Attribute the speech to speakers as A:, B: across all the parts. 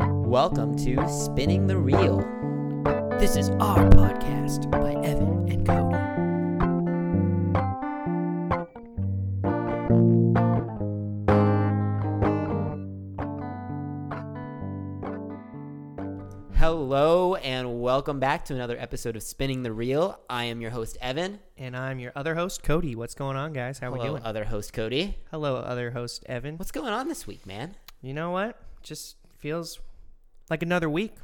A: welcome to Spinning the Reel. This is our podcast by Evan and Cody. Hello, and welcome back to another episode of Spinning the Reel. I am your host, Evan.
B: And I'm your other host, Cody. What's going on, guys? How we
A: Hello,
B: doing?
A: other host, Cody.
B: Hello, other host, Evan.
A: What's going on this week, man?
B: You know what? Just feels like another week.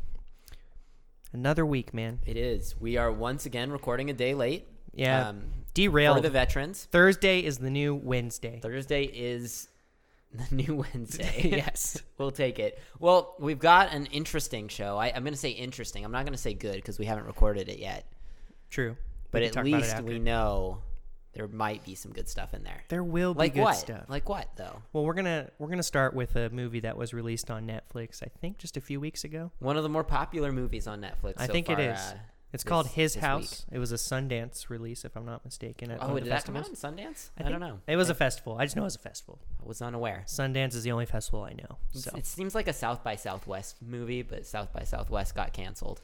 B: Another week, man.
A: It is. We are once again recording a day late.
B: Yeah.
A: Um, for
B: Derailed.
A: the veterans.
B: Thursday is the new Wednesday.
A: Thursday is the new Wednesday.
B: Yes.
A: we'll take it. Well, we've got an interesting show. I, I'm going to say interesting. I'm not going to say good because we haven't recorded it yet.
B: True.
A: But
B: We
A: at
B: can talk about it
A: least
B: after.
A: we know there might be some good stuff in there.
B: there will be
A: Like
B: good
A: what?
B: stuff.
A: Like what though?
B: well, we're gonna we're gonna start with a movie that was released on Netflix. I think just a few weeks ago.
A: One of the more popular movies on Netflix.
B: I
A: so
B: think
A: far,
B: it is.
A: uh,
B: it's
A: this-
B: called His
A: this
B: House. It was a Sundance release, if I'm not mistaken. at one
A: oh,
B: of
A: did
B: the
A: that come
B: festivals.
A: out in Sundance? I,
B: think
A: don't know.
B: It was
A: I
B: a festival. I just know it was a festival.
A: was unaware.
B: Sundance is the only festival I know. So
A: It seems like a South by Southwest movie, but South by Southwest got canceled.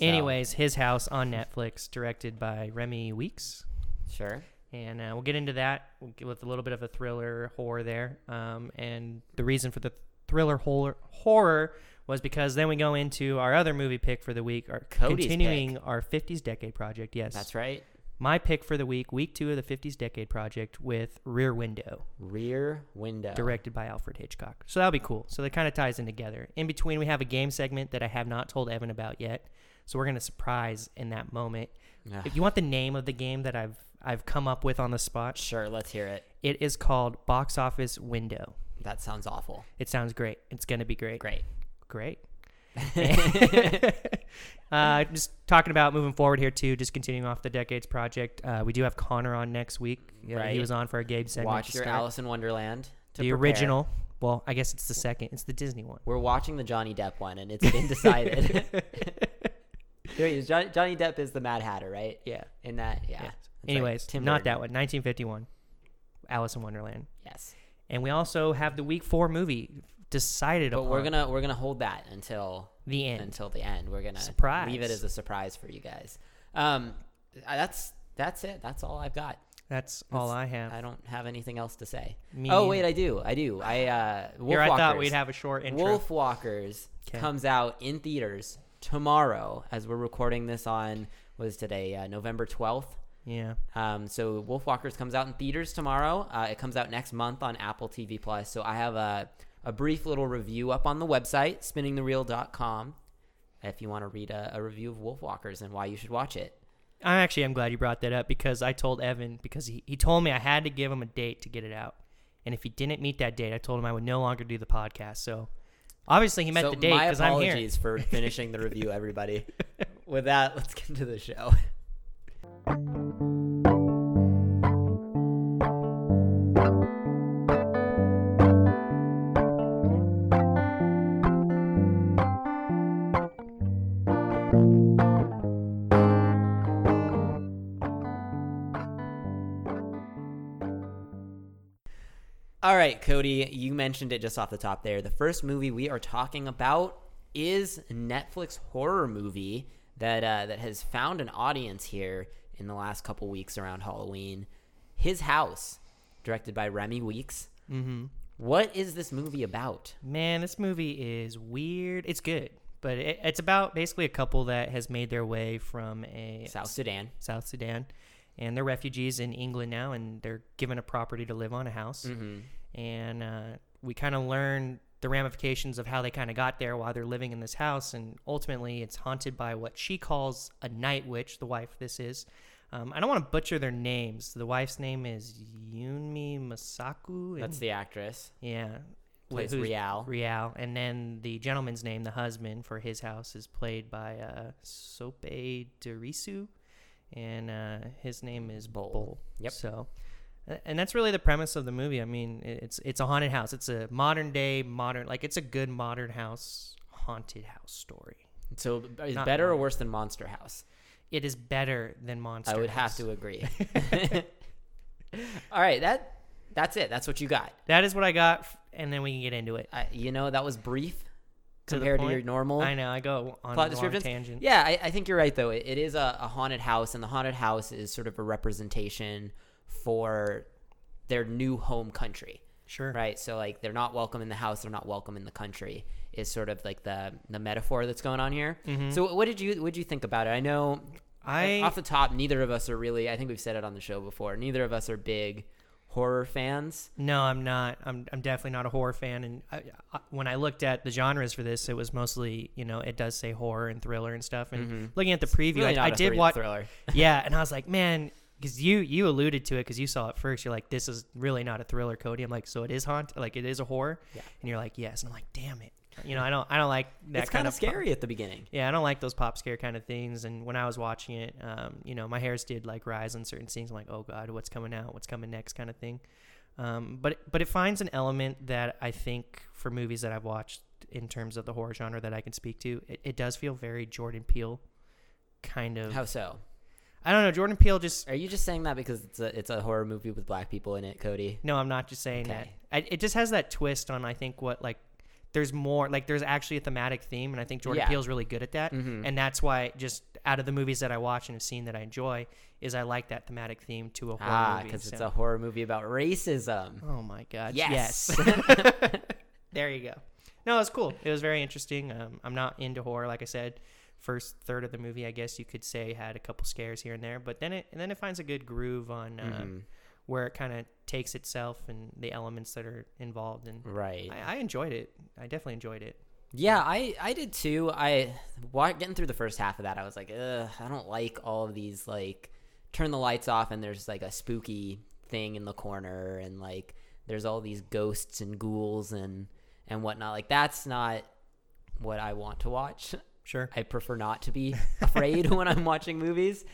A: So,
B: Anyways, His House on Netflix, directed by Remy Weeks.
A: sure.
B: And uh, we'll get into that with a little bit of a thriller horror there. Um, and the reason for the thriller horror, horror was because then we go into our other movie pick for the week, our
A: Cody's
B: continuing our 50s Decade Project. Yes.
A: That's right.
B: My pick for the week, week two of the 50s Decade Project with Rear Window,
A: Rear Window.
B: directed by Alfred Hitchcock. So that'll be cool. So that kind of ties in together. In between, we have a game segment that I have not told Evan about yet. So we're going to surprise in that moment.
A: Ugh.
B: If you want the name of the game that I've I've come up with on the spot,
A: Sure, let's hear it.
B: it is called Box Office Window.
A: That sounds awful.
B: It sounds great. It's gonna be great.
A: Great.
B: Great. uh, just talking about moving forward here too. Just continuing off the decades project. Uh, we do have Connor on next week. Yeah,
A: Right.
B: He was on for a Gabe segment.
A: Watch
B: to
A: your
B: start.
A: Alice in Wonderland. To
B: the
A: prepare.
B: original. Well, I guess it's the second. It's the Disney one.
A: We're watching the Johnny Depp one, and it's been decided. there he is. Johnny, Johnny Depp is the Mad Hatter, right?
B: Yeah.
A: In that, yeah.
B: Yes.
A: That's right.
B: Anyways,
A: Tim
B: not
A: Burton.
B: that one. 1951. Alice in Wonderland.
A: Yes.
B: And we also have the week four movie decided
A: But
B: upon.
A: we're gonna we're gonna hold that until
B: the end.
A: until the end. We're gonna leave it
B: Surprise.
A: as a surprise for you guys. Um, I- that's that's it. That's all I've got.
B: That's all I have.
A: I don't have anything else to say.
B: Me
A: oh
B: neither.
A: wait, I do. I do. I uh,
B: Here I thought
A: Wolfwalkers.
B: we'd have a short intro.
A: Wolf Walkers
B: Okay.
A: comes out in theaters tomorrow as we're recording this on was today uh, November 12th.
B: Yeah.
A: Um, so Wolf Walkers comes out in theaters tomorrow. Uh, it comes out next month on Apple TV Plus. So I have a, a brief little review up on the website spinningthereel.com if you want to read a, a review of Wolf Walkers and why you should watch it.
B: I actually am glad you brought that up because I told Evan because he, he told me I had to give him a date to get it out. And if he didn't meet that date, I told him I would no longer do the podcast. So obviously he met
A: so
B: the date
A: my
B: because I'm here.
A: apologies for finishing the review, everybody. With that, let's get into the show. All right, Cody, you mentioned it just off the top there. The first movie we are talking about is a Netflix horror movie that uh, that has found an audience here in the last couple weeks around Halloween. His House, directed by Remy Weeks.
B: hmm
A: What is this movie about?
B: Man, this movie is weird. It's good, but it, it's about basically a couple that has made their way from a
A: South Sudan.
B: South Sudan, and they're refugees in England now, and they're given a property to live on, a house,
A: Mm.
B: and uh, we kind of learn the ramifications of how they kind of got there while they're living in this house, and ultimately it's haunted by what she calls a night witch. The wife, this is. Um, I don't want to butcher their names. The wife's name is Yunmi Masaku. and-
A: That's the actress.
B: yeah.
A: Plays
B: who's-
A: Rial.
B: Rial. And then the gentleman's name, the husband for his house, is played by uh, Sope Derisu. And uh, his name is Bull.
A: Yep.
B: So, a- and that's really the premise of the movie. I mean, i- it's it's a haunted house. It's a modern day modern, like it's a good modern house haunted house story.
A: So is
B: Not
A: better or
B: mine.
A: worse than Monster House?
B: It is better than Monster.
A: I would have
B: House.
A: to agree. All right, that that's it. That's what you got.
B: That is what I got, f- and then we can get into it.
A: I, you know, that was brief,
B: the
A: compared to, your
B: point.
A: normal
B: I know. I go on
A: plot
B: a long
A: descriptions.
B: tangent.
A: Yeah, I, I think you're right though. It, it is a, a haunted house, and the haunted house is sort of a representation for their new home country,
B: Sure.
A: right? So like they're not welcome in the house, they're not welcome in the country. Is sort of like the the metaphor that's going on here. So what did you what did you think about it? I know
B: Mm-hmm. I
A: off the top, neither of us are really. I think we've said it on the show before. Neither of us are big horror fans.
B: No, I'm not. I'm I'm definitely not a horror fan. And I, I, when I looked at the genres for this, it was mostly you know it does say horror and thriller and stuff. And looking at the preview,
A: Mm-hmm. Really
B: I,
A: not
B: I
A: a
B: did
A: thr-
B: watch.
A: thriller.
B: yeah, and I was like, man, because you you alluded to it because you saw it first. You're like, this is really not a thriller, Cody. I'm like, so it is haunt, like it is a horror.
A: Yeah.
B: And you're like, yes. And I'm like, damn it. You know, I don't I don't like that
A: It's
B: kind
A: kind
B: of
A: of scary at the beginning.
B: yeah, I don't like those pop scare kind of things. And when I was watching it, um, you know, my hairs did like rise on certain scenes. I'm like, oh god, what's coming out? What's coming next? Kind of thing. Um, but but it finds an element that I think for movies that I've watched in terms of the horror genre that I can speak to, it, it does feel very Jordan Peele kind of.
A: How so?
B: I don't know. Jordan Peele just
A: Are you just saying that because it's a it's a horror movie with black people in it, Cody?
B: no, I'm not just saying
A: Okay.
B: that. I, it just has that twist on I think what like there's more like there's actually a thematic theme, and I think Jordan
A: Yeah.
B: Peele's really good at that.
A: Mm-hmm.
B: and that's why just out of the movies that I watch and have seen that I enjoy is I like that thematic theme to a horror
A: ah,
B: movie.
A: because it's
B: so-
A: a horror movie about racism.
B: oh my god, yes, Mm-hmm.
A: Yes.
B: there you go. No, it was cool. It was very interesting. Um, I'm not into horror, like I said. First third of the movie, I guess you could say, had a couple scares here and there, but then it and then it finds a good groove on uh,
A: Mhm.
B: where it kind of takes itself and the elements that are involved. And
A: Right.
B: I, I enjoyed it. I definitely enjoyed it.
A: Yeah, I, I did too. I wa- getting through the first half of that, I was like, Ugh, I don't like all of these like turn the lights off and there's like a spooky thing in the corner and like there's all these ghosts and ghouls and and whatnot. Like that's not what I want to watch.
B: Sure.
A: I prefer not to be afraid when I'm watching movies,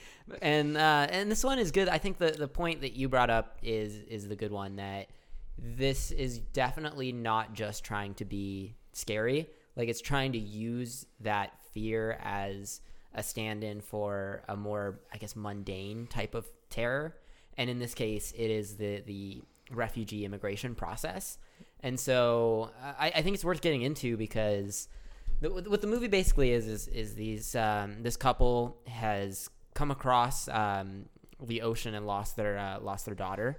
A: and uh, and this one is good. I think the the point that you brought up is is the good one that this is definitely not just trying to be scary. Like it's trying to use that fear as a stand-in for a more, I guess, mundane type of terror. And in this case, it is the the refugee immigration process. And so I, I think it's worth getting into because the, what the movie basically is is is these um, this couple has come across um, the ocean and lost their uh, lost their daughter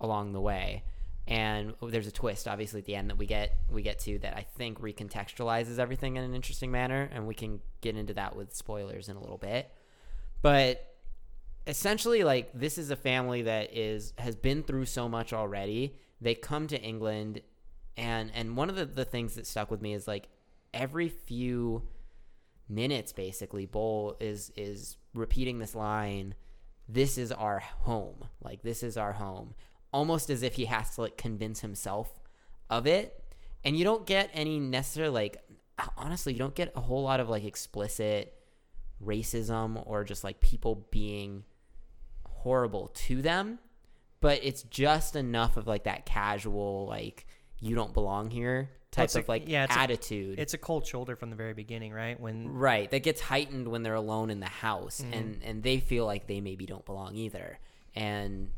A: along the way, and there's a twist obviously at the end that we get we get to that I think recontextualizes everything in an interesting manner, and we can get into that with spoilers in a little bit, but essentially like this is a family that is has been through so much already they come to england and and one of the, the things that stuck with me is like every few minutes basically bull is is repeating this line this is our home like this is our home almost as if he has to like convince himself of it and you don't get any necessary like honestly you don't get a whole lot of like explicit racism or just like people being horrible to them but it's just enough of like that casual like you don't belong here type
B: It's a-
A: of like
B: yeah, it's a-
A: attitude
B: It's a cold shoulder from the very beginning, right? When
A: right that gets heightened when they're alone in the house and and they feel like they maybe don't belong either and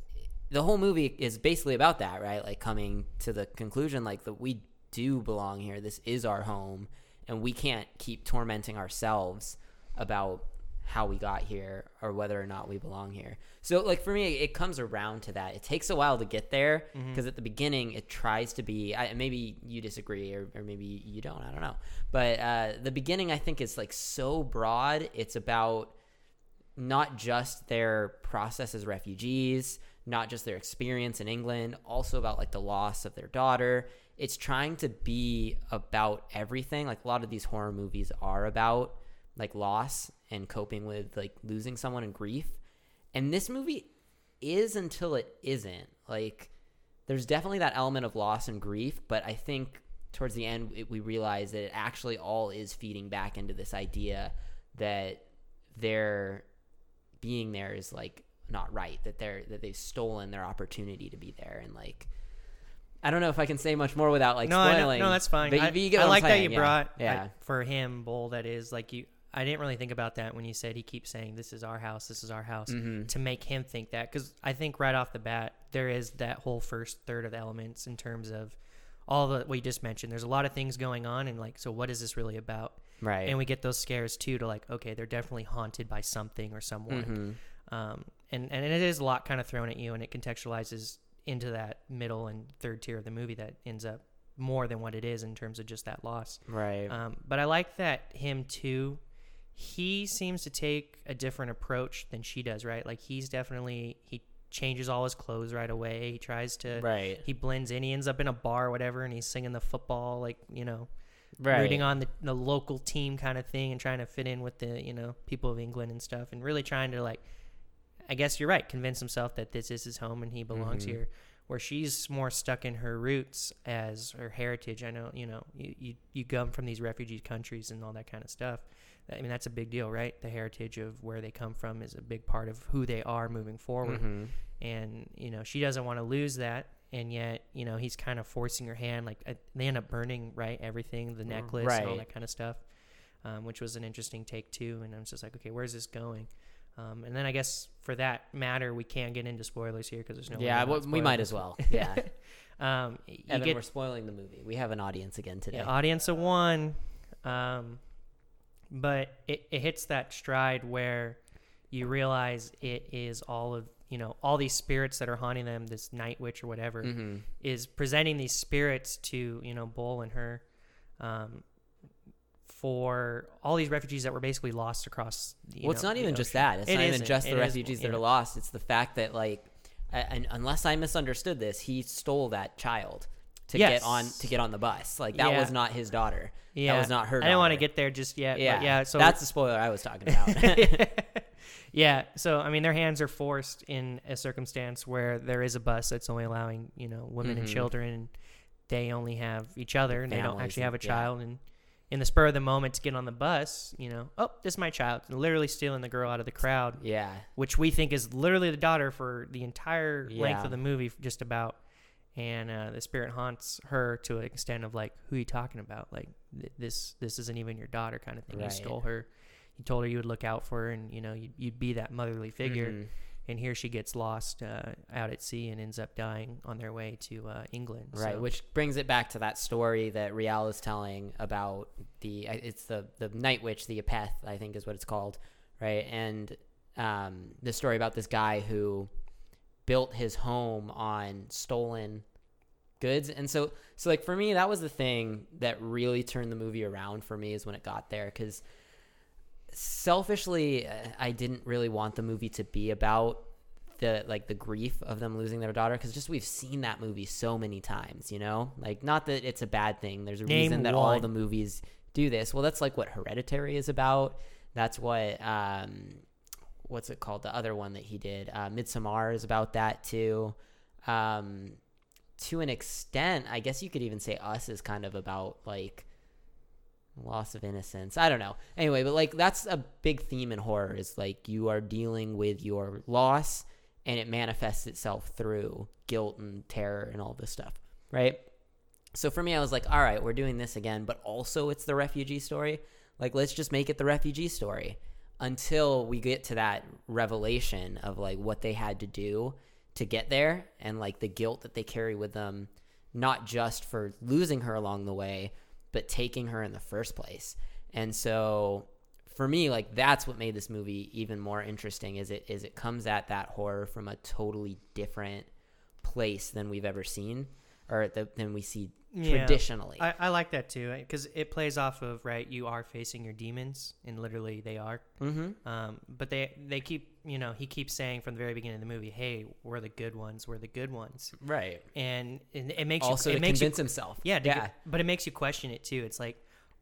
A: the whole movie is basically about that right like coming to the conclusion like that we do belong here this is our home and we can't keep tormenting ourselves about how we got here or whether or not we belong here so like for me it comes around to that it takes a while to get there because at the beginning it tries to be I, maybe you disagree or, or maybe you don't i don't know but uh, the beginning i think is like so broad it's about not just their process as refugees, not just their experience in England, also about like the loss of their daughter. It's trying to be about everything. Like a lot of these horror movies are about like loss and coping with like losing someone and grief. And this movie is until it isn't. Like there's definitely that element of loss and grief, but I think towards the end it, we realize that it actually all is feeding back into this idea that their being there is like not right that they're that they've stolen their opportunity to be there and like I don't know if I can say much more without like
B: no, I know-
A: spoiling.
B: no, that's fine.
A: But you-
B: I,
A: but you get
B: I
A: what I'm
B: like
A: saying,
B: that you
A: yeah.
B: brought I-
A: Yeah,
B: for him bowl. That is like you. I didn't really think about that when you said he keeps saying this is our house, this is our house
A: Mm-hmm.
B: to make him think that because I think right off the bat there is that whole first third of the elements in terms of all that we just mentioned. There's a lot of things going on, and like, so what is this really about?
A: Right.
B: And we get those scares too, to like, okay, they're definitely haunted by something or someone.
A: Mhm.
B: Um, and and it is a lot kind of thrown at you, and it contextualizes into that middle and third tier of the movie that ends up more than what it is in terms of just that loss.
A: Right.
B: Um, but I like that him too. He seems to take a different approach than she does, right? Like he's definitely he changes all his clothes right away. He tries to
A: right.
B: he blends in. He ends up in a bar, or whatever, and he's singing the football, like you know,
A: Right.
B: rooting on the, the local team kind of thing, and trying to fit in with the you know people of England and stuff, and really trying to like, I guess you're right, convince himself that this is his home and he belongs
A: Mhm.
B: here. Where she's more stuck in her roots as her heritage. I know you know you you, you come from these refugee countries and all that kind of stuff. I mean that's a big deal, right? The heritage of where they come from is a big part of who they are moving forward
A: Mhm.
B: and you know she doesn't want to lose that and yet you know he's kind of forcing her hand like uh, they end up burning right everything the necklace and all
A: Mm-hmm. Right.
B: that kind of stuff um, which was an interesting take too and i'm just like okay where's this going um, and then i guess for that matter we can't get into spoilers here because there's no way
A: yeah,
B: we're not
A: well, we might
B: spoiling.
A: as well. Yeah.
B: um, y- you
A: Evan,
B: get
A: we're spoiling the movie. We have an audience again today.
B: yeah, audience of one. Um, but it, it hits that stride where you realize it is all of you know all these spirits that are haunting them. This night witch or whatever
A: Mm-hmm.
B: is presenting these spirits to you know Bull and her, um, for all these refugees that were basically lost across. You
A: Well, it's
B: know,
A: not
B: the
A: even just
B: ocean.
A: that. It's
B: It
A: not even
B: isn't.
A: just the
B: It isn't.
A: refugees that
B: Yeah.
A: are lost. It's the fact that, like, a- and unless I misunderstood this, he stole that child to
B: Yes.
A: get on to get on the bus. Like that
B: Yeah.
A: was not his daughter.
B: Yeah,
A: that was not her.
B: I didn't want to
A: daughter.
B: get there just yet.
A: Yeah,
B: but yeah. So
A: that's the spoiler I was talking about.
B: yeah. So I mean, their hands are forced in a circumstance where there is a bus that's only allowing you know women and
A: Mhm.
B: children, and they only have each other, and they don't
A: Families
B: actually have
A: and-
B: a
A: yeah.
B: child. And in the spur of the moment, to get on the bus, you know, oh, this is my child, and literally stealing the girl out of the crowd,
A: yeah,
B: which we think is literally the daughter for the entire length
A: Yeah.
B: of the movie, just about. And uh, the spirit haunts her to an extent of like, who are you talking about? Like th- this, this isn't even your daughter, kind of thing. You
A: Right.
B: stole her. You told her you would look out for her, and you know you'd, you'd be that motherly figure.
A: Mhm.
B: And here she gets lost uh, out at sea and ends up dying on their way to uh, England.
A: Right,
B: So-
A: which brings it back to that story that Rial is telling about the I- it's the the night witch, the Apeth, I think is what it's called, right? And um, the story about this guy who built his home on stolen goods, and so so like for me, that was the thing that really turned the movie around for me is when it got there because selfishly, uh, I didn't really want the movie to be about the like the grief of them losing their daughter because just we've seen that movie so many times you know like not that it's a bad thing there's a
B: Name
A: reason that all
B: one.
A: the movies do this well that's like what hereditary is about that's what um what's it called the other one that he did uh midsommar is about that too um to an extent i guess you could even say us is kind of about like loss of innocence i don't know anyway but like that's a big theme in horror is like you are dealing with your loss and it manifests itself through guilt and terror and all this stuff right so for me i was like all right we're doing this again but also it's the refugee story like let's just make it the refugee story until we get to that revelation of like what they had to do to get there and like the guilt that they carry with them not just for losing her along the way but taking her in the first place and so for me like that's what made this movie even more interesting is it is it comes at that horror from a totally different place than we've ever seen or the, than we see
B: Yeah.
A: traditionally
B: I, I like that too because it plays off of right. You are facing your demons, and literally they are.
A: mm-hmm.
B: Um, but they they keep you know he keeps saying from the very beginning of the movie, "Hey, we're the good ones. We're the good ones,"
A: right
B: and and it makes
A: also
B: you,
A: to
B: it makes you
A: convince himself
B: yeah to
A: yeah
B: get- but it makes you question it too. It's like,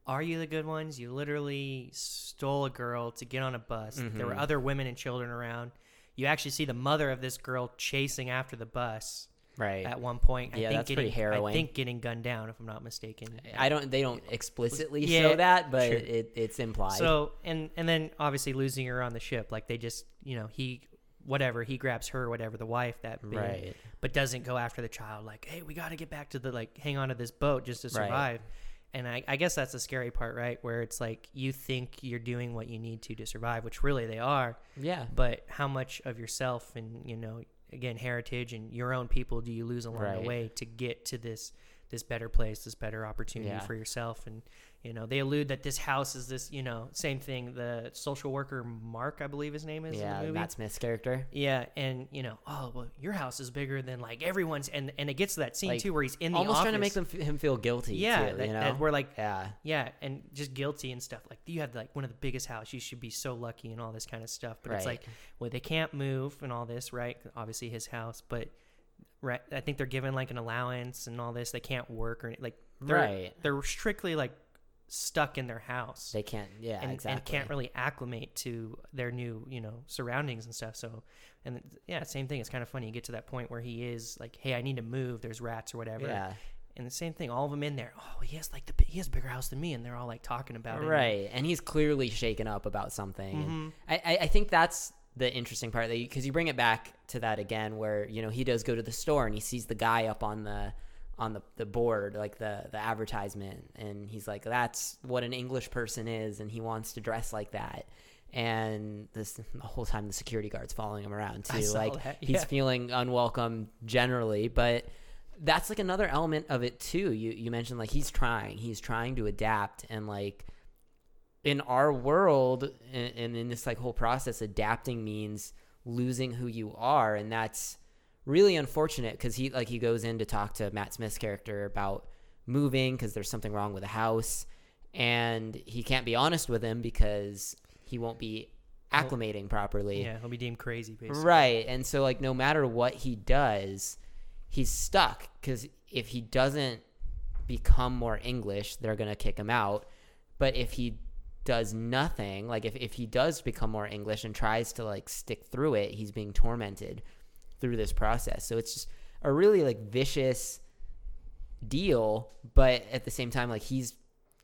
B: are you the good ones? You literally stole a girl to get on a bus. There were
A: Mhm.
B: other women and children around. You actually see the mother of this girl chasing after the bus
A: right
B: at one point. I
A: Yeah,
B: think
A: that's
B: getting,
A: pretty harrowing.
B: I think getting gunned down, if I'm not mistaken.
A: I don't. They don't explicitly
B: Yeah,
A: show that, but
B: sure.
A: it, it's implied.
B: So and and then obviously losing her on the ship, like they just you know he whatever he grabs her whatever the wife that being,
A: Right.
B: but doesn't go after the child like hey we got to get back to the like hang on to this boat just to
A: Right.
B: survive and I, I guess that's the scary part right where it's like you think you're doing what you need to to survive which really they are
A: yeah,
B: but how much of yourself and you know again heritage and your own people do you lose along
A: Right.
B: the way to get to this this better place, this better opportunity
A: Yeah.
B: for yourself. And you know, they allude that this house is this, you know, same thing. The social worker Mark, I believe his name is in
A: yeah,
B: the movie.
A: Matt Smith's character.
B: yeah, and you know, oh well, your house is bigger than like everyone's, and and it gets to that scene
A: Like,
B: too where he's in the
A: Almost
B: office.
A: trying to make them, f- him feel guilty.
B: yeah,
A: too,
B: that,
A: you know?
B: that we're like
A: yeah,
B: yeah, and just guilty and stuff. Like you have like one of the biggest house, you should be so lucky and all this kind of stuff. But it's
A: Right.
B: like, well, they can't move and all this, right? Obviously his house, but right, I think they're given like an allowance and all this. They can't work or like they're
A: Right.
B: they're strictly like stuck in their house
A: they can't. Yeah,
B: and,
A: exactly.
B: and can't really acclimate to their new you know surroundings and stuff so and yeah same thing it's kind of funny you get to that point where he is like hey i need to move there's rats or whatever
A: Yeah,
B: and the same thing all of them in there oh he has like the bi- he has a bigger house than me and they're all like talking about it Mm-hmm.
A: right. And he's clearly shaken up about something. And I, I, I think that's the interesting part that because you bring it back to that again, where you know he does go to the store and he sees the guy up on the on the, the board like the the advertisement and he's like that's what an english person is and he wants to dress like that and this the whole time the security guard's following him around too
B: saw
A: like
B: that,
A: he's
B: yeah.
A: feeling unwelcome generally but that's like another element of it too you you mentioned like he's trying he's trying to adapt and like in our world and, and in this like whole process adapting means losing who you are and that's really unfortunate because he like he goes in to talk to matt smith's character about moving because there's something wrong with the house and he can't be honest with him because he won't be acclimating properly
B: yeah he'll be deemed crazy basically
A: Right. And so like no matter what he does, he's stuck cuz if he doesn't become more English, they're going to kick him out. But if he does nothing, like if if he does become more English and tries to like stick through it, he's being tormented through this process. So it's just a really like vicious deal, but at the same time like he's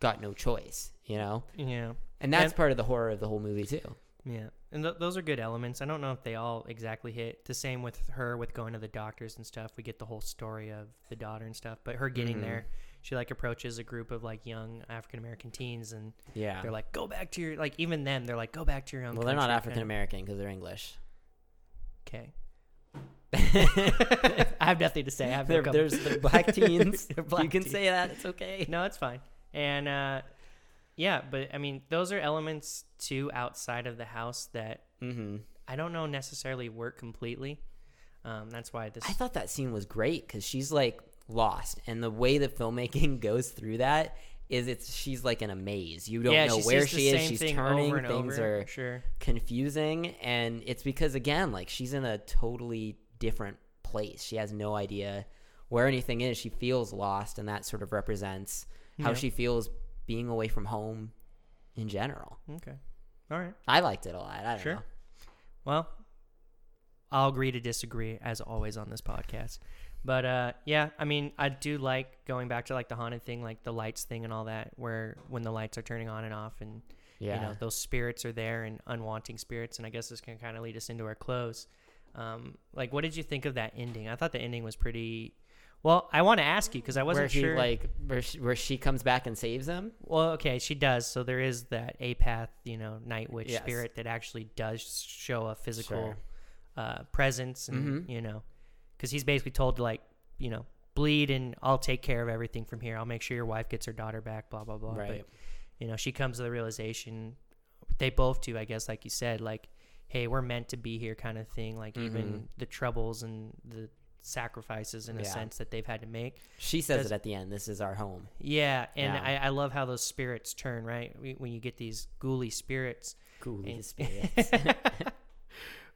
A: got no choice, you know?
B: yeah
A: And that's
B: And-
A: part of the horror of the whole movie too.
B: yeah and th- those are good elements i don't know if they all exactly hit the same with her with going to the doctors and stuff we get the whole story of the daughter and stuff but her getting
A: Mhm.
B: there she like approaches a group of like young african american teens and
A: Yeah.
B: they're like go back to your like even them they're like go back to your own
A: well, they're not
B: country,"
A: African
B: kind
A: American because they're English.
B: of- okay i have nothing to say i have no
A: There-
B: comment.
A: there's the black teens.
B: They're black
A: you can
B: teens.
A: say that. It's okay.
B: no, it's fine. And uh, yeah, but I mean, those are elements too outside of the house that
A: hmm
B: I don't know necessarily work completely. Um, that's why this.
A: I thought that scene was great because she's like lost, and the way that filmmaking goes through that is it's she's like in a maze. You don't
B: yeah,
A: know
B: she
A: where
B: sees the
A: she is.
B: same
A: She's
B: thing
A: turning.
B: Over and
A: Things
B: over.
A: are
B: sure.
A: confusing, and it's because again, like she's in a totally different place. She has no idea where anything is. She feels lost, and that sort of represents how
B: Yeah.
A: she feels being away from home in general.
B: Okay. All right.
A: I liked it a lot. I don't
B: Sure.
A: know.
B: Well, I'll agree to disagree as always on this podcast. But uh, yeah, I mean, I do like going back to like the haunted thing, like the lights thing and all that, where when the lights are turning on and off, and
A: Yeah.
B: you know those spirits are there and unwanting spirits. And I guess this can kind of lead us into our close. Um, like, what did you think of that ending? I thought the ending was pretty. Well, I want to ask you because I
A: where
B: wasn't
A: he
B: sure.
A: like where she, where she comes back and saves him.
B: Well, okay, she does. So there is that apath, you know, night witch
A: Yes.
B: spirit that actually does show a physical
A: Sure. Mm-hmm.
B: uh, presence, and you know, because he's basically told to like, you know, bleed, and I'll take care of everything from here. I'll make sure your wife gets her daughter back. Blah blah blah.
A: Right.
B: But you know, she comes to the realization. They both do, I guess, like you said, like, hey, we're meant to be here, kind of thing. Like even the troubles and the sacrifices, in a
A: Mm-hmm. Yeah.
B: sense, that they've had to make.
A: She says
B: Does-
A: it at the end. This is our home.
B: Yeah, and
A: Yeah.
B: I, I love how those spirits turn right We- when you get these ghouly spirits.
A: Cool
B: Yeah.
A: spirits.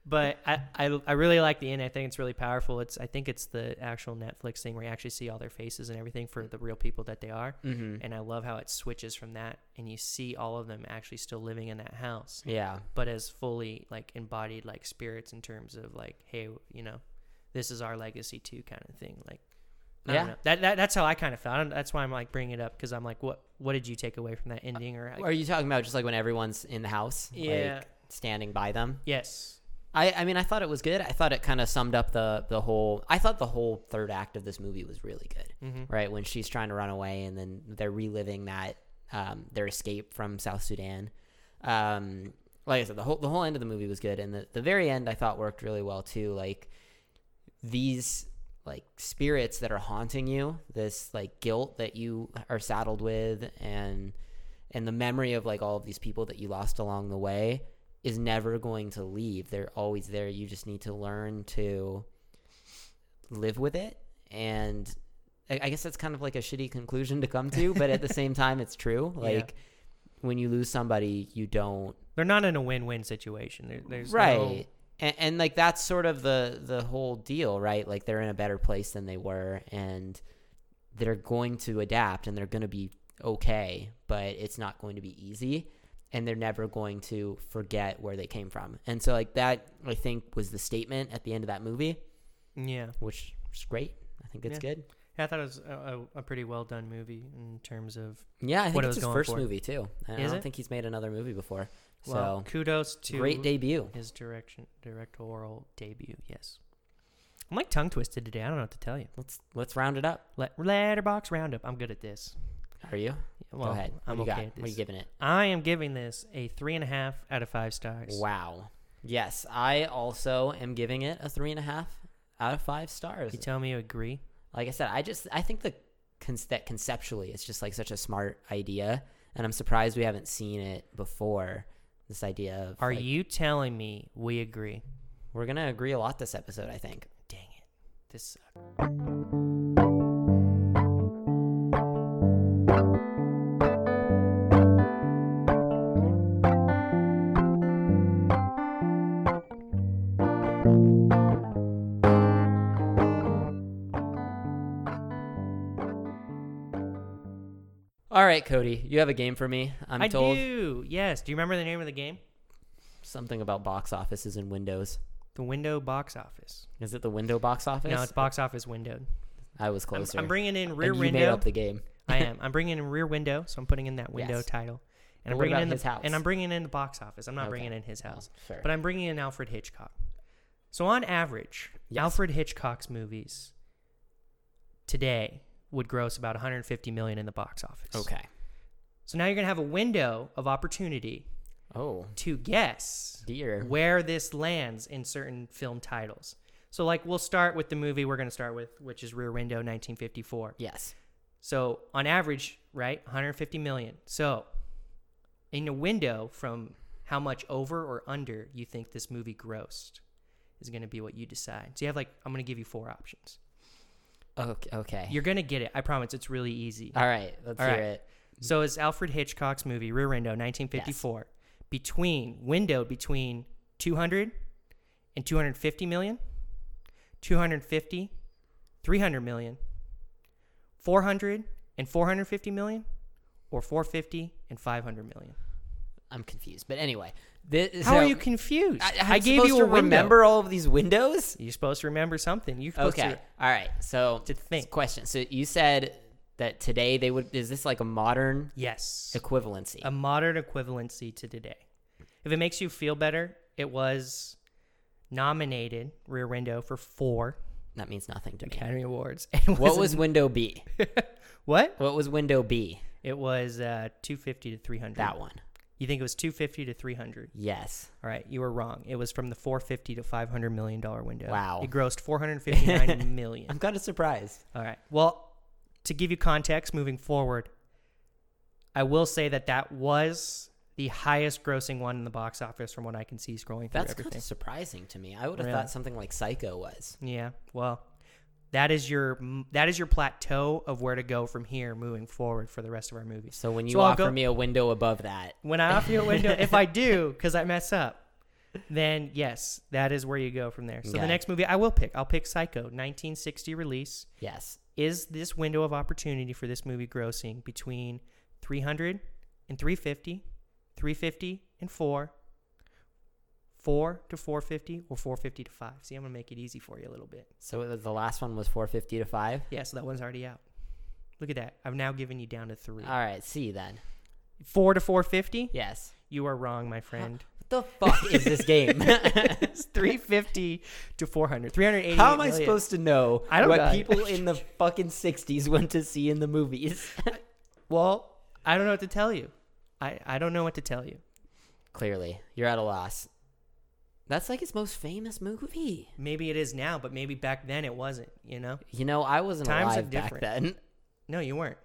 B: But I, I, I really like the end. I think it's really powerful. It's I think it's the actual Netflix thing where you actually see all their faces and everything for the real people that they are.
A: hmm
B: And I love how it switches from that, and you see all of them actually still living in that house,
A: Yeah.
B: but as fully like embodied like spirits in terms of like, hey, you know, this is our legacy too, kind of thing. Like, I don't
A: Yeah.
B: know. That, that that's how I kind of felt. I don't- That's why I'm like bringing it up because I'm like, what what did you take away from that ending? Or like,
A: Are you talking about just like when everyone's in the house?
B: Yeah.
A: Like, standing by them.
B: yes,
A: I, I mean, I thought it was good. I thought it kind of summed up the, the whole. I thought the whole third act of this movie was really good.
B: Mm-hmm.
A: Right when she's trying to run away, and then they're reliving that um, their escape from South Sudan. Um, like I said, the whole the whole end of the movie was good, and the the very end I thought worked really well too. Like these like spirits that are haunting you, this like guilt that you are saddled with and and the memory of like all of these people that you lost along the way is never going to leave. They're always there. You just need to learn to live with it and I I guess that's kind of like a shitty conclusion to come to, but at the same time it's true.
B: Yeah.
A: Like when you lose somebody, you don't
B: They're not in a win-win situation. There, there's no-
A: right and, and like that's sort of the the whole deal right like they're in a better place than they were and they're going to adapt and they're going to be okay but it's not going to be easy and they're never going to forget where they came from and so like that i think was the statement at the end of that movie
B: yeah.
A: which is great i think it's good
B: Yeah, I thought it was a, a, a pretty well done movie in terms of.
A: yeah i think
B: What it
A: it's
B: was
A: his
B: going
A: first
B: for.
A: movie too i I
B: Is
A: don't
B: it?
A: think he's made another movie before
B: Well, kudos
A: so
B: to
A: great debut
B: his direction directorial debut. Yes, I'm like tongue twisted today. I don't know what to tell you.
A: let's let's round it up
B: Let, letterbox roundup. I'm good at this.
A: are you
B: Well,
A: go ahead what
B: I'm
A: do you
B: okay
A: got
B: at
A: what are you
B: this.
A: giving it
B: I am giving this a three and a half out of five stars.
A: Wow. Yes, I also am giving it a three and a half out of five stars.
B: You tell me you agree.
A: Like I said, I just I think the con- that conceptually it's just like such a smart idea, and I'm surprised we haven't seen it before. This idea of
B: Are
A: like,
B: you telling me we agree?
A: we're gonna agree a lot this episode, I think.
B: Dang it. This sucks.
A: All right, Cody, you have a game for me. I'm
B: I
A: told
B: do. Yes. Do you remember the name of the game?
A: something about box offices and windows.
B: The window box office.
A: Is it the window box office?
B: No, it's box office windowed.
A: I was
B: I'm,
A: closer.
B: I'm bringing in
A: And
B: rear
A: you made
B: window.
A: up the game.
B: I am. I'm bringing in rear window, so I'm putting in that window
A: Yes.
B: title.
A: But
B: And I'm
A: what
B: bringing
A: about
B: in the,
A: his house?
B: And I'm bringing in the box office. I'm not
A: Okay.
B: bringing in his house,
A: Sure.
B: but I'm bringing in Alfred Hitchcock. So on average,
A: Yes.
B: Alfred Hitchcock's movies today would gross about 150 million in the box office.
A: okay.
B: So now you're gonna have a window of opportunity
A: Oh
B: to guess
A: dear.
B: where this lands in certain film titles. So like we'll start with the movie we're gonna start with, which is Rear Window, 1954.
A: Yes.
B: So on average, right, 150 million. So in a window from how much over or under you think this movie grossed is going to be what you decide. So you have like I'm going to give you four options.
A: Okay. Okay.
B: You're going to get it. I promise it's really easy.
A: All right. Let's
B: All
A: hear
B: right.
A: it.
B: So it's Alfred Hitchcock's movie Rear Window 1954 between windowed between 200 and 250 million, 250, 300 million, 400 and 450 million, or 450 and 500 million.
A: I'm confused. But anyway, this,
B: How are you confused?
A: I, I'm supposed to
B: window.
A: remember all of these windows.
B: You're supposed to remember something. You're supposed
A: Okay. all right. So
B: to, to think.
A: question. So you said that today they would. Is this like a modern
B: Yes.
A: equivalency?
B: a modern equivalency to today. If it makes you feel better, it was nominated Rear Window for four
A: that means nothing to me.
B: Academy Awards. And
A: What was window B?
B: what?
A: What was window B?
B: It was uh, two fifty to three hundred.
A: That one.
B: You think it was two fifty to three hundred?
A: Yes.
B: All right, you were wrong. It was from the four fifty to five hundred million dollar window.
A: Wow.
B: It grossed four hundred fifty nine million.
A: I'm kind of surprised.
B: All right. Well, to give you context moving forward, I will say that that was the highest grossing one in the box office from what I can see scrolling through
A: That's kind
B: everything.
A: of surprising to me. I would have
B: Really?
A: thought something like Psycho was.
B: Yeah. Well, that is your that is your plateau of where to go from here moving forward for the rest of our movies.
A: So when you
B: So I'll
A: offer
B: go-
A: me a window above that,
B: When I offer you a window, if I do because I mess up, then yes, that is where you go from there. So
A: Okay.
B: the next movie I will pick, I'll pick Psycho, 1960 release.
A: yes.
B: Is this window of opportunity for this movie grossing between 300 and 350, 350 and 4, 4 to 450 or 450 to 5? See, I'm going to make it easy for you a little bit.
A: So the- the last one was 450 to five.
B: Yeah, so that one's already out. Look at that. I've now given you down to three.
A: All right. See then.
B: Four to four fifty?
A: Yes.
B: You are wrong, my friend.
A: What the fuck is this game?
B: it's three fifty to four hundred. Three hundred eighty.
A: How am I supposed to know
B: I don't
A: what
B: know.
A: people in the fucking 60s went to see in the movies?
B: Well, I don't know what to tell you. I, I don't know what to tell you.
A: Clearly, you're at a loss. That's like his most famous movie.
B: Maybe it is now, but maybe back then it wasn't. You know?
A: You know, I wasn't
B: Times are
A: alive back
B: different.
A: then.
B: No, you weren't.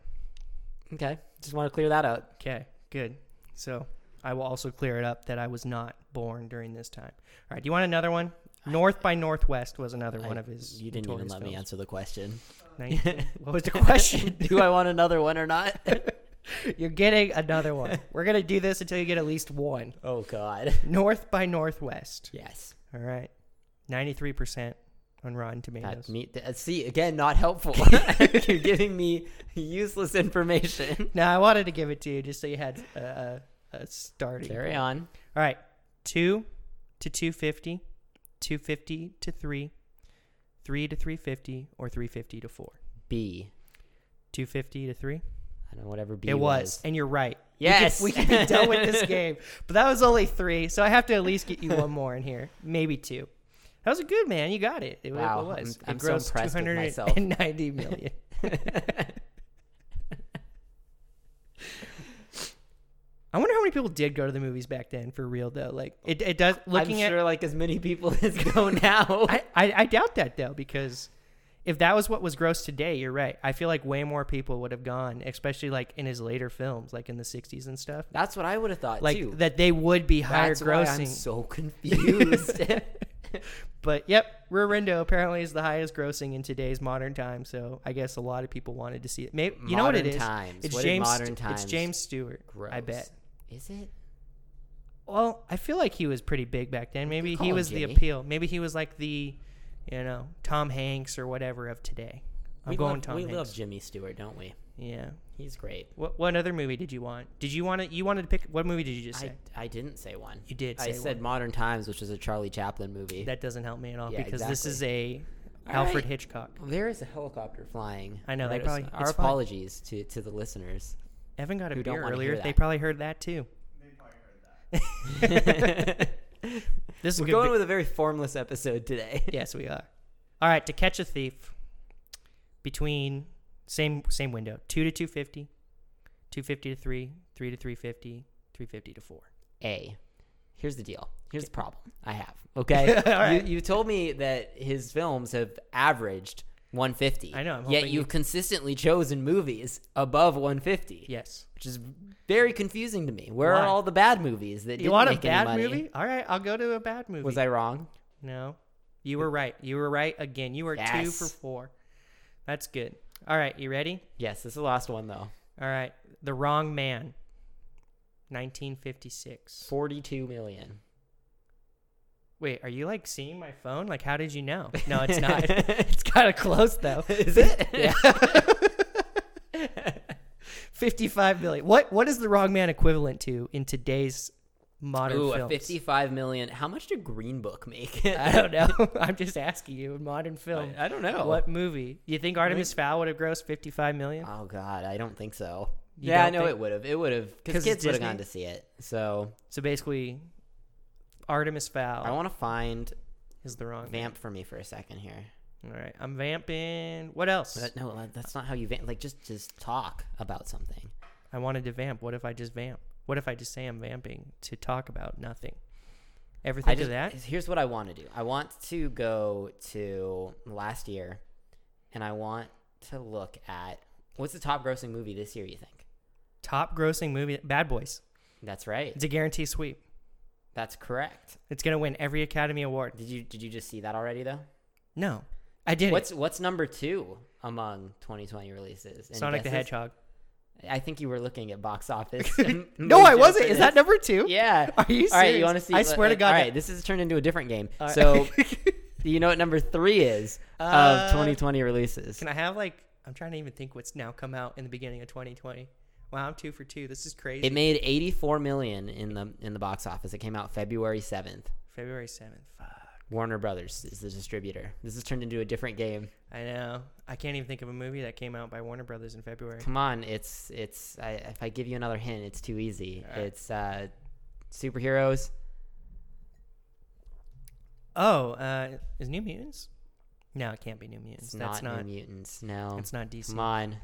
A: Okay, just want to clear that up.
B: Okay, good. So I will also clear it up that I was not born during this time. All right. Do you want another one? North by Northwest was another one
A: I-
B: of his.
A: You didn't even
B: notorious
A: let me answer the question.
B: films. Now you- what was the question?
A: Do I want another one or not?
B: You're getting another one. We're gonna do this until you get at least one.
A: oh God.
B: North by Northwest.
A: Yes.
B: All right. 93% on Rotten
A: God,
B: Tomatoes.
A: me, th- uh, see again, not helpful. You're giving me useless information.
B: Now, I wanted to give it to you just so you had a, a, a starting.
A: Carry
B: point.
A: on.
B: All right. 2 to 250, 250 to 3, 3 to 350, or 350 to 4.
A: B.
B: 250 to 3?
A: I don't know whatever B
B: It was. And you're right. We could-
A: Yes.
B: We could, be done with this game. But that was only three. So I have to at least get you one more in here. Maybe two. That was a good man. You got it. It, it
A: Wow,
B: was.
A: I'm- I'm
B: it
A: so
B: grossed
A: impressed with myself.
B: 290 million. I wonder how many people did go to the movies back then for real though. Like it, it does looking
A: I'm
B: at
A: sure like as many people as go now.
B: I, I, I doubt that though, because if that was what was gross today, you're right. I feel like way more people would have gone, especially like in his later films, like in the sixties and stuff.
A: That's what I would have thought
B: Like
A: too.
B: that they would be higher
A: That's why I'm
B: grossing.
A: so confused.
B: But yep, Rurindo apparently is the highest grossing in today's modern time. So I guess a lot of people wanted to see it. Maybe you know what it
A: Modern
B: is?
A: times.
B: It's
A: What did
B: James.
A: modern times
B: It's James Stewart. I bet.
A: Is it?
B: Well, I feel like he was pretty big back then. Maybe
A: call
B: he
A: him
B: was the
A: Jimmy.
B: appeal. Maybe he was like the, you know, Tom Hanks or whatever of today. I'm
A: we
B: going
A: love,
B: Tom
A: We
B: Hanks.
A: love Jimmy Stewart, don't we?
B: yeah.
A: He's great.
B: What what other movie did you want? Did you want to you wanted to pick what movie did you just say?
A: I, I didn't say one.
B: You did
A: I
B: say
A: said Modern Times, which is a Charlie Chaplin movie.
B: that doesn't help me at all
A: Yeah,
B: because this is a
A: All
B: Alfred
A: right.
B: Hitchcock.
A: there is a helicopter flying.
B: I know, they
A: right us-
B: probably-
A: Our
B: it's fine.
A: apologies to, to the listeners.
B: Evan got a
A: Who don't
B: beer
A: wanna hear
B: earlier. They
A: that.
B: probably heard that too. This is
A: We're
B: good
A: going
B: be-
A: with a very formless episode today.
B: Yes, we are. All right, to catch a thief between same same window, 2 to 250, 250 to 3, 3 to 350, 350 to 4.
A: A. Here's the deal. Here's the problem I have. Okay.
B: right.
A: you, you told me that his films have averaged 150.
B: I know,
A: yet
B: I'm hoping
A: you've
B: you-
A: consistently chosen movies above 150,
B: Yes.
A: which is very confusing to me. Where
B: Why?
A: are all the bad movies that
B: You
A: didn't
B: want a
A: make any
B: bad
A: money?
B: movie? All right, I'll go to a bad movie.
A: Was I wrong?
B: No. You were right. You were right again. You were 2 for
A: Yes.
B: 4. That's good. All right, you ready?
A: Yes, this is the last one though.
B: All right. The Wrong Man. 1956.
A: 42 million.
B: Wait, are you like seeing my phone? Like, how did you know? No, it's not. it's kind of close though.
A: is it?
B: Yeah. 55 million. What what is the wrong man equivalent to in today's modern
A: Ooh, a
B: films?
A: 55 million. How much did Green Book make?
B: I don't know. I'm just asking you in modern film.
A: I, I don't know.
B: What movie? You think Artemis Fowl would have grossed 55 million?
A: Oh God, I don't think so.
B: You
A: yeah, I
B: don't
A: know
B: think-
A: it would have. It would have
B: 'Cause it's
A: because kids would have
B: Disney?
A: gone to see it. So Oh.
B: So basically Artemis
A: I
B: Fowl
A: want to find
B: is the wrong
A: vamp for me for a second here.
B: man. All right. I'm vamping. What else?
A: But no, like, that's not how you vamp. Like just just talk about something.
B: I wanted to vamp. What if I just vamp? What if I just say I'm vamping to talk about nothing? Ever
A: I
B: think
A: just
B: of that?
A: here's what I want to do. I want to go to last year, and I want to look at what's the top grossing movie this year. You think?
B: Top grossing movie Bad Boys.
A: That's right.
B: It's a guarantee sweep.
A: That's correct.
B: It's gonna win every Academy Award.
A: Did you did you just see that already though?
B: No, I didn't.
A: What's what's number two among 2020 releases? Any
B: Sonic the
A: guesses?
B: Hedgehog?
A: I think you were looking at box office.
B: No, I wasn't. Is that number two?
A: Yeah.
B: Are you
A: All right,
B: serious?
A: you want to see?
B: I swear to God,
A: All
B: I-
A: right, this has turned into a different game.
B: All right.
A: So, do you know what number three is
B: Uh,
A: of 2020 releases?
B: Can I have like? I'm trying to even think what's now come out in the beginning of 2020. Wow, I'm two for two. This is crazy.
A: It made 84 million in the in the box office. It came out February 7th.
B: February 7th. Fuck.
A: Warner Brothers is the distributor. This has turned into a different game.
B: I know. I can't even think of a movie that came out by Warner Brothers in February.
A: Come on, it's it's. I, if I give you another hint, it's too easy.
B: All right.
A: It's uh, superheroes.
B: Oh, uh, is New Mutants? No, it can't be New Mutants.
A: It's
B: That's
A: not,
B: not.
A: New Mutants. No,
B: It's not DC.
A: come on.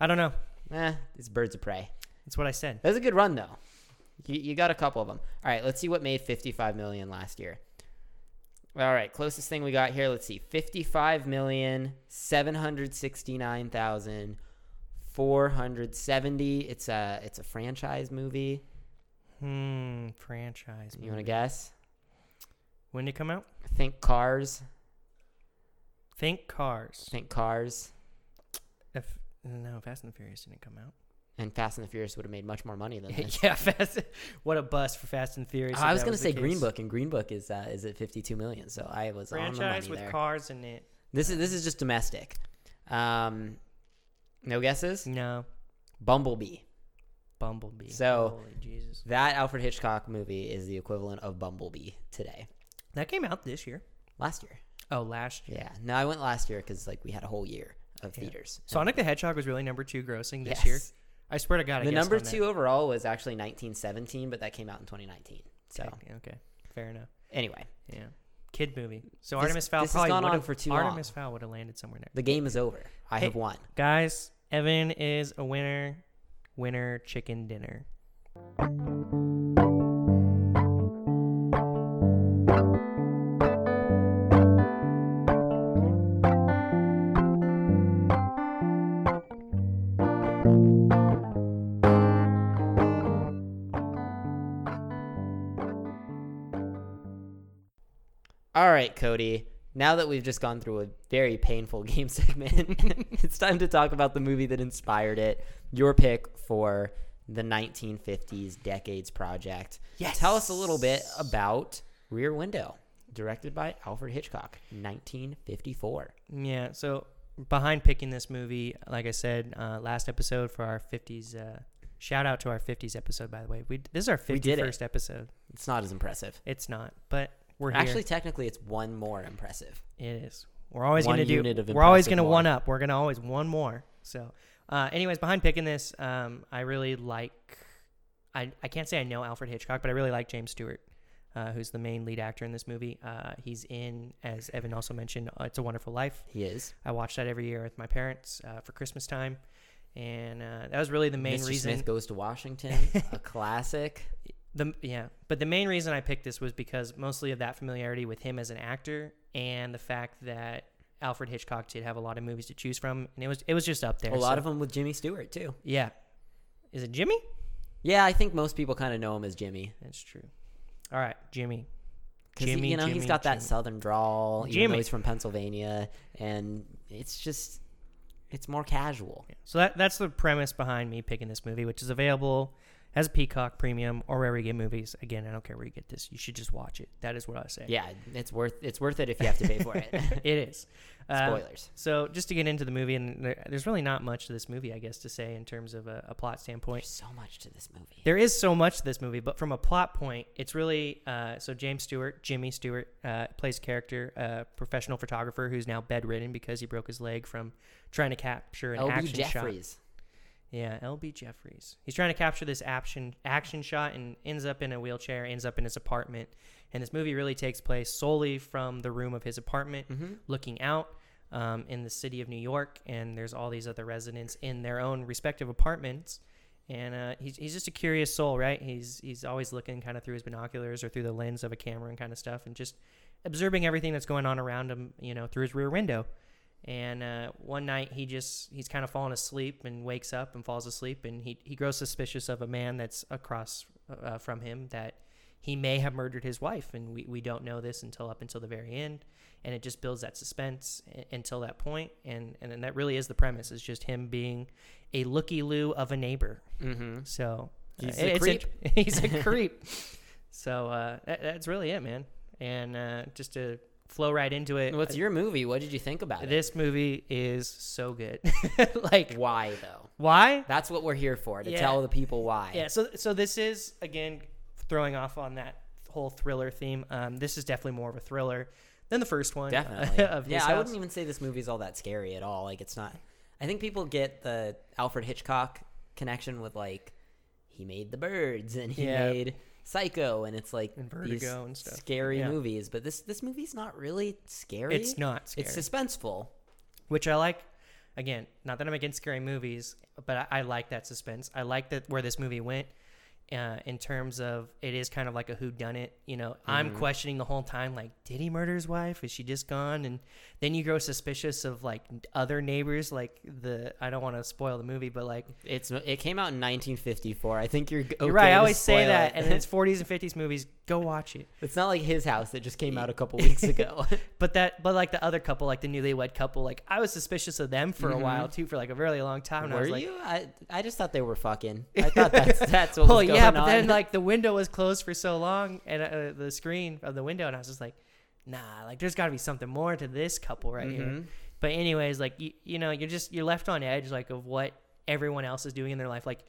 B: I don't know.
A: Eh, it's Birds of Prey.
B: That's what I said.
A: That was a good run though. You, you got a couple of them. All right, let's see what made 55 million last year. All right, closest thing we got here. Let's see, fifty-five million seven hundred sixty-nine thousand four hundred seventy. It's a it's a franchise movie.
B: Hmm, franchise.
A: You want to guess?
B: When did it come out?
A: Think Cars.
B: Think Cars.
A: Think Cars.
B: If, no, Fast and the Furious didn't come out.
A: And Fast and the Furious would have made much more money than this.
B: yeah, Fast. What a bust for Fast and Furious. if
A: I was
B: that
A: going to
B: the
A: say Green
B: case.
A: Book, and Green Book is uh, is at fifty-two million. So I was on the money
B: Franchise with
A: there.
B: cars in it.
A: this is this is just domestic. Um, no guesses.
B: No,
A: Bumblebee.
B: Bumblebee.
A: So-
B: Holy Jesus,
A: That Alfred Hitchcock movie is the equivalent of Bumblebee today.
B: that came out this year.
A: Last year.
B: Oh, last year.
A: Yeah. No, I went last year because like we had a whole year of theaters.
B: Sonic the Hedgehog was really number two grossing this
A: Yes.
B: year. I swear to God, I
A: the
B: guessed
A: number
B: on that.
A: two overall was actually 1917, but that came out in 2019. So
B: Okay, okay, fair enough.
A: anyway,
B: Yeah, kid movie. So
A: This-
B: Artemis Fowl
A: this has
B: probably
A: gone on
B: would've-
A: for too
B: Artemis Fowl would have landed somewhere next.
A: the game is over. I
B: Hey.
A: have won.
B: Guys, Evan is a winner. Winner chicken dinner.
A: All right, Cody. Now that we've just gone through a very painful game segment, it's time to talk about the movie that inspired it. Your pick for the 1950s Decades Project.
B: Yes.
A: Tell us a little bit about Rear Window, directed by Alfred Hitchcock, 1954.
B: Yeah. So behind picking this movie, like I said uh, last episode for our 50s, uh, shout out to our 50s episode by the way. We this is our
A: We did it.
B: 51st episode.
A: It's not as impressive.
B: It's not, but we're here.
A: Actually, technically, it's one more impressive.
B: It is. We're always
A: One
B: going to do.
A: unit of
B: we're always
A: impressive
B: going to
A: more.
B: one up. We're going to always one more. So, uh, anyways, behind picking this, um, I really like. I I can't say I know Alfred Hitchcock, but I really like James Stewart, uh, who's the main lead actor in this movie. Uh, he's in, as Evan also mentioned, uh, It's a Wonderful Life.
A: He is.
B: I watched that every year with my parents uh, for Christmas time, and uh, that was really the main
A: Mr.
B: reason.
A: Smith goes to Washington, a classic.
B: the yeah, but the main reason I picked this was because mostly of that familiarity with him as an actor and the fact that Alfred Hitchcock did have a lot of movies to choose from, and it was it was just up there.
A: A lot
B: so-
A: of them with Jimmy Stewart, too.
B: yeah. Is it Jimmy?
A: Yeah, I think most people kind of know him as Jimmy.
B: That's true. All right, Jimmy.
A: Because
B: Jimmy,
A: you know he's
B: Jimmy,
A: got that
B: Jimmy.
A: southern drawl. Even though
B: Jimmy.
A: he's from Pennsylvania, and it's just it's more casual.
B: So that that's the premise behind me picking this movie, which is available as a Peacock Premium or wherever you get movies. Again, I don't care where you get this. You should just watch it. That is what I say.
A: Yeah, it's worth it's worth it if you have to pay for it.
B: it is. Uh,
A: Spoilers.
B: so just to get into the movie, and there, there's really not much to this movie, I guess, to say in terms of a, a plot standpoint.
A: There's so much to this movie.
B: There is so much to this movie, but from a plot point, it's really uh, so James Stewart, Jimmy Stewart, uh, plays a character, a professional photographer who's now bedridden because he broke his leg from trying to capture an
A: LB
B: action shot.
A: Jeffries.
B: Yeah, LB Jeffries. He's trying to capture this action action shot and ends up in a wheelchair, ends up in his apartment. And this movie really takes place solely from the room of his apartment,
A: Mm-hmm.
B: looking out um, in the city of New York. And there's all these other residents in their own respective apartments. And uh, he's, he's just a curious soul, right? He's he's always looking kind of through his binoculars or through the lens of a camera and kind of stuff, and just observing everything that's going on around him, you know, through his rear window. And uh, one night he just he's kind of fallen asleep and wakes up and falls asleep and he he grows suspicious of a man that's across uh, from him that he may have murdered his wife and we, we don't know this until up until the very end and it just builds that suspense u- until that point and and then that really is the premise is just him being a looky loo of a neighbor
A: Mm-hmm.
B: so uh,
A: He's a
B: it's int- he's a creep. So uh, that, that's really it, man. And uh, just to flow right into it,
A: What's
B: uh,
A: your movie? What did you think about it?
B: this movie is so good. like
A: Why though?
B: why?
A: That's what we're here for to
B: Yeah.
A: tell the people why.
B: Yeah. So so this is again throwing off on that whole thriller theme. Um, this is definitely more of a thriller than the first one. uh,
A: Definitely.
B: of
A: yeah,
B: his
A: I
B: house.
A: wouldn't even say this movie's all that scary at all. Like it's not. I think people get the Alfred Hitchcock connection with like he made The Birds and he
B: Yeah.
A: made Psycho, and it's like
B: And
A: these
B: Vertigo and stuff.
A: scary
B: Yeah.
A: movies. But this this movie's not really scary.
B: It's not scary.
A: It's suspenseful.
B: which I like. Again, not that I'm against scary movies, but I, I like that suspense. I like that where this movie went. uh, in terms of it is kind of like a who done it you know
A: Mm-hmm.
B: i'm questioning the whole time like did he murder his wife is she just gone and then you grow suspicious of like other neighbors like the i don't want to spoil the movie but like
A: It's it came out in 1954. I think you're, g- okay
B: you're right i
A: to
B: always say
A: spoil
B: that
A: it.
B: and it's 40s and 50s movies go watch it
A: it's not like his house that just came out a couple weeks ago.
B: but that but like the other couple like the newlywed couple like i was suspicious of them for a while too for like a really long time and i
A: Mm-hmm. were
B: was like
A: you? I I just thought they were fucking. I thought that's that's what
B: well,
A: was going
B: yeah,
A: on.
B: but then like the window was closed for so long, and uh, the screen of the window, and I was just like, nah, like there's got to be something more to this couple right here.
A: Mhm.
B: But anyways, like you, you know, you're just you're left on edge like of what everyone else is doing in their life. Like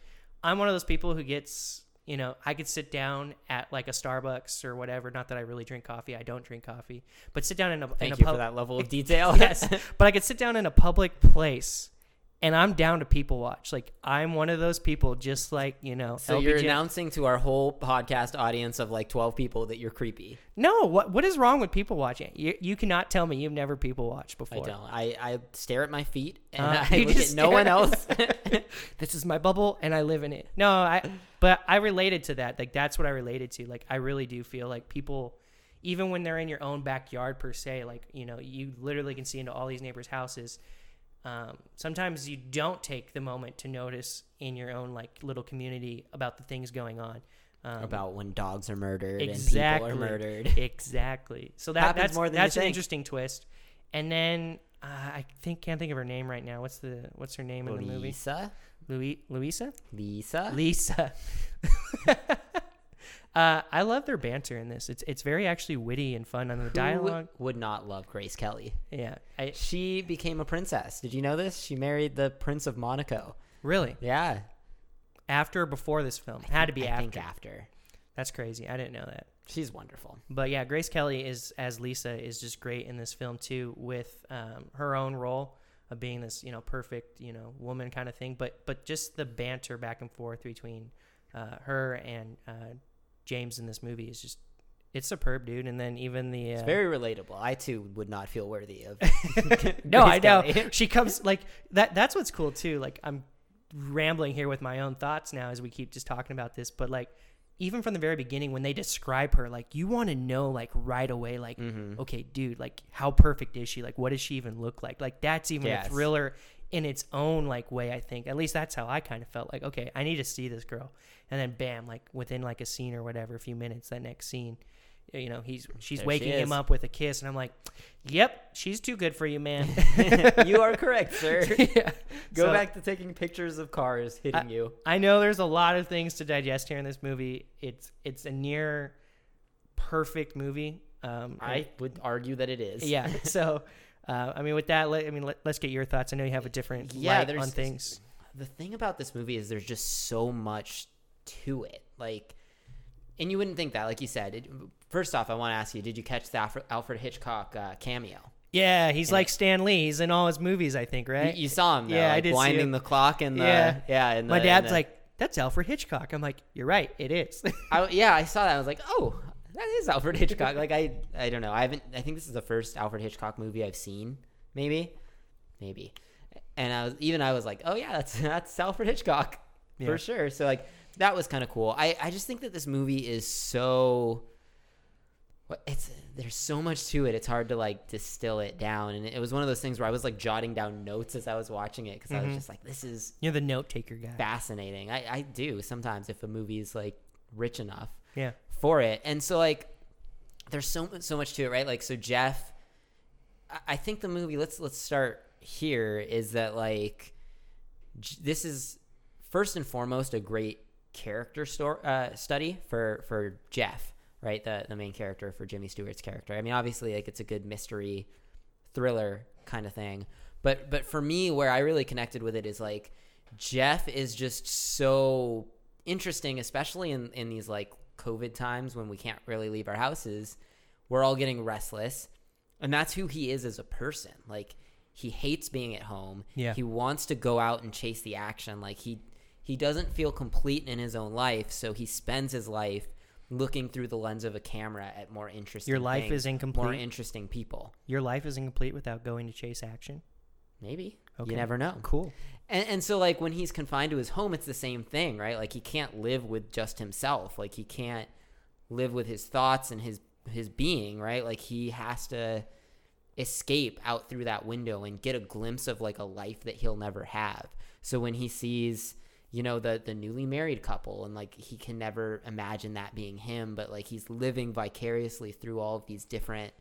B: I'm one of those people who gets, you know, I could sit down at like a Starbucks or whatever. Not that I really drink coffee. I don't drink coffee, but sit down in a in
A: Thank
B: a
A: you
B: pub-
A: for
B: Oh,
A: that level of detail.
B: yes, but I could sit down in a public place. And I'm down to people watch. Like I'm one of those people, just like you know.
A: So you're
B: LBJ
A: announcing to our whole podcast audience of like 12 people that you're creepy.
B: No, what what is wrong with people watching? You you cannot tell me you've never people watched before.
A: I don't. I, I stare at my feet and
B: Uh,
A: I
B: you
A: look at
B: just
A: no one
B: stare.
A: else.
B: This is my bubble and I live in it. No, I but I related to that. Like that's what I related to. Like I really do feel like people even when they're in your own backyard per se, like, you know, you literally can see into all these neighbors' houses. Um, sometimes you don't take the moment to notice in your own like little community about the things going on. Um,
A: About when dogs are murdered
B: exactly
A: and people are murdered.
B: exactly. So that,
A: Happens
B: that's
A: more than you
B: that's an
A: think.
B: interesting twist. And then uh, I think can't think of her name right now. What's the what's her name in the movie?
A: Lisa?
B: Louis, Louisa,
A: Lisa?
B: Lisa. uh, I love their banter in this. It's it's very actually witty and fun on the
A: Who
B: dialogue.
A: would not love Grace Kelly.
B: Yeah, I
A: She became a princess. Did you know this? She married the Prince of Monaco.
B: really
A: Yeah.
B: after or before this film had to be
A: I
B: after.
A: think after.
B: That's crazy. I didn't know that.
A: She's wonderful.
B: But yeah, Grace Kelly is as Lisa is just great in this film too, with um, her own role of being this you know perfect you know woman kind of thing. But but just the banter back and forth between uh, her and uh, James in this movie is just it's superb, dude. And then even the uh,
A: It's very relatable. I too would not feel worthy of.
B: no, I
A: Grace
B: know
A: Kelly.
B: she comes like that. That's what's cool too. Like I'm rambling here with my own thoughts now as we keep just talking about this, but like even from the very beginning when they describe her, like you want to know like right away, like
A: Mm-hmm.
B: okay, dude, like how perfect is she? Like what does she even look like? Like that's even
A: Yes.
B: a thriller in its own like way. I think at least that's how I kind of felt. Like okay, I need to see this girl, and then bam, like within like a scene or whatever, a few minutes, that next scene. You know, he's she's
A: There she
B: waking him
A: is.
B: up with a kiss, and I'm like, "Yep, she's too good for you, man."
A: you are correct, sir.
B: yeah.
A: Go
B: So,
A: back to taking pictures of cars hitting you.
B: I know there's a lot of things to digest here in this movie. It's it's a near perfect movie. Um,
A: I would argue that it is.
B: yeah. so, uh, I mean, with that, let, I mean, let, us get your thoughts. I know you have a different
A: Yeah,
B: light
A: there's-
B: on things.
A: The thing about this movie is there's just so much to it. Like, and you wouldn't think that. Like you said, it, first off, I want to ask you: Did you catch the Alfred, Alfred Hitchcock uh, cameo?
B: Yeah, he's like Stan Lee. He's in all his movies, I think,
A: You,
B: right?
A: you saw him, though,
B: Yeah, I
A: like,
B: did see
A: blinding
B: him.
A: the clock and the yeah,
B: Yeah.
A: and
B: My
A: the- and
B: dad's
A: the-
B: like, "That's Alfred Hitchcock." I'm like, "You're right. It is."
A: I, yeah, I saw that. I was like, oh, that is Alfred Hitchcock. like I, I don't know. I haven't. I think this is the first Alfred Hitchcock movie I've seen. Maybe, maybe. And I was even I was like, oh yeah, that's that's Alfred Hitchcock
B: Yeah.
A: for sure. So like that was kind of cool. I I just think that this movie is so. what- It's there's so much to it. It's hard to like distill it down, and it was one of those things where I was like jotting down notes as I was watching it because I was just like, "This is
B: You're the note taker guy.
A: fascinating. I, I do sometimes if a movie is like rich enough
B: Yeah.
A: for it. And so like there's so so much to it, right? Like so Jeff I, I think the movie let's let's start here is that like J- this is first and foremost a great character store, uh, study for for Jeff, right? The the main character for Jimmy Stewart's character. I mean, obviously, like it's a good mystery thriller kind of thing, but but for me, where I really connected with it is like Jeff is just so interesting, especially in in these like COVID times when we can't really leave our houses. We're all getting restless, and that's who he is as a person. Like he hates being at home.
B: Yeah.
A: He he wants to go out and chase the action like he he doesn't feel complete in his own life so he spends his life looking through the lens of a camera at more interesting
B: Your life
A: things,
B: is incomplete.
A: more interesting people
B: Your life is incomplete without going to chase action.
A: maybe
B: Okay.
A: you never know
B: Cool.
A: And, and so, like, when he's confined to his home, it's the same thing, right? Like, he can't live with just himself. Like, he can't live with his thoughts and his his being, right? Like, he has to escape out through that window and get a glimpse of like a life that he'll never have. So when he sees, you know, the the newly married couple and like he can never imagine that being him, but like he's living vicariously through all of these different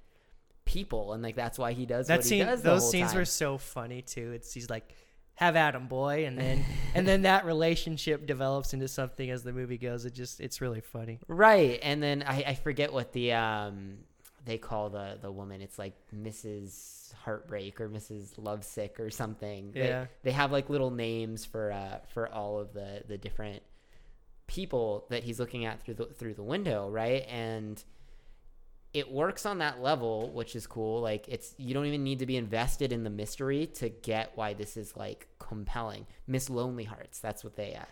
A: people and like that's why he does
B: That
A: what
B: scene,
A: he does the
B: those
A: whole
B: scenes
A: time.
B: were so funny too. It's he's like, "Have at 'em, boy," and then and then that relationship develops into something as the movie goes. It just it's really funny.
A: Right. And then I, I forget what the um they call the the woman. It's like Mrs. Heartbreak or Mrs. Lovesick or something. They-
B: Yeah.
A: They, have like little names for uh for all of the the different people that he's looking at through the through the window, right? And it works on that level, which is cool. Like it's you don't even need to be invested in the mystery to get why this is like compelling. Miss Lonely Hearts, that's what they uh,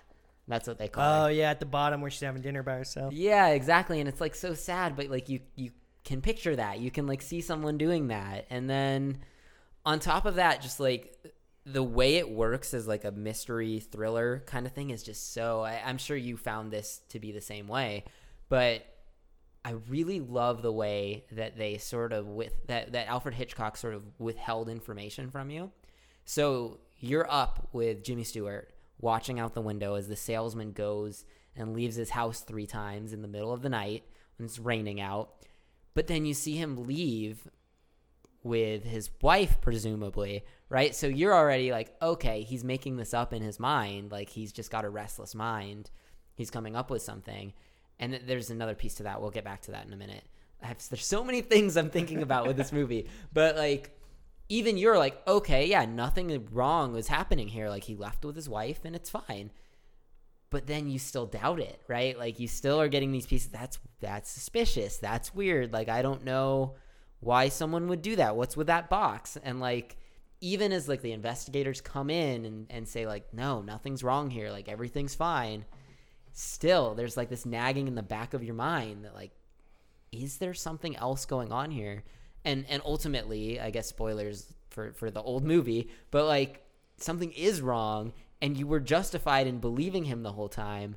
A: that's what they call it.
B: Oh yeah, at the bottom where she's having dinner by herself.
A: Yeah, exactly. And it's like so sad, but like you you can picture that. You can like see someone doing that. And then on top of that, just like the way it works as like a mystery thriller kind of thing is just so I, I'm sure you found this to be the same way, but I really love the way that they sort of with that that Alfred Hitchcock sort of withheld information from you. So you're up with Jimmy Stewart watching out the window as the salesman goes and leaves his house three times in the middle of the night when it's raining out. But then you see him leave with his wife, presumably, right? So you're already like, okay, he's making this up in his mind. Like he's just got a restless mind. He's coming up with something. And th- there's another piece to that. We'll get back to that in a minute. I have, there's so many things I'm thinking about with this movie, but like, even you're like, okay, yeah, nothing wrong was happening here. Like he left with his wife and it's fine. But then you still doubt it, right? Like you still are getting these pieces. That's that's suspicious. That's weird. Like I don't know why someone would do that. What's with that box? And like even as like the investigators come in and, and say like, no, nothing's wrong here, like everything's fine, still there's like this nagging in the back of your mind that like is there something else going on here? And and ultimately, I guess spoilers for for the old movie, but like something is wrong and you were justified in believing him the whole time,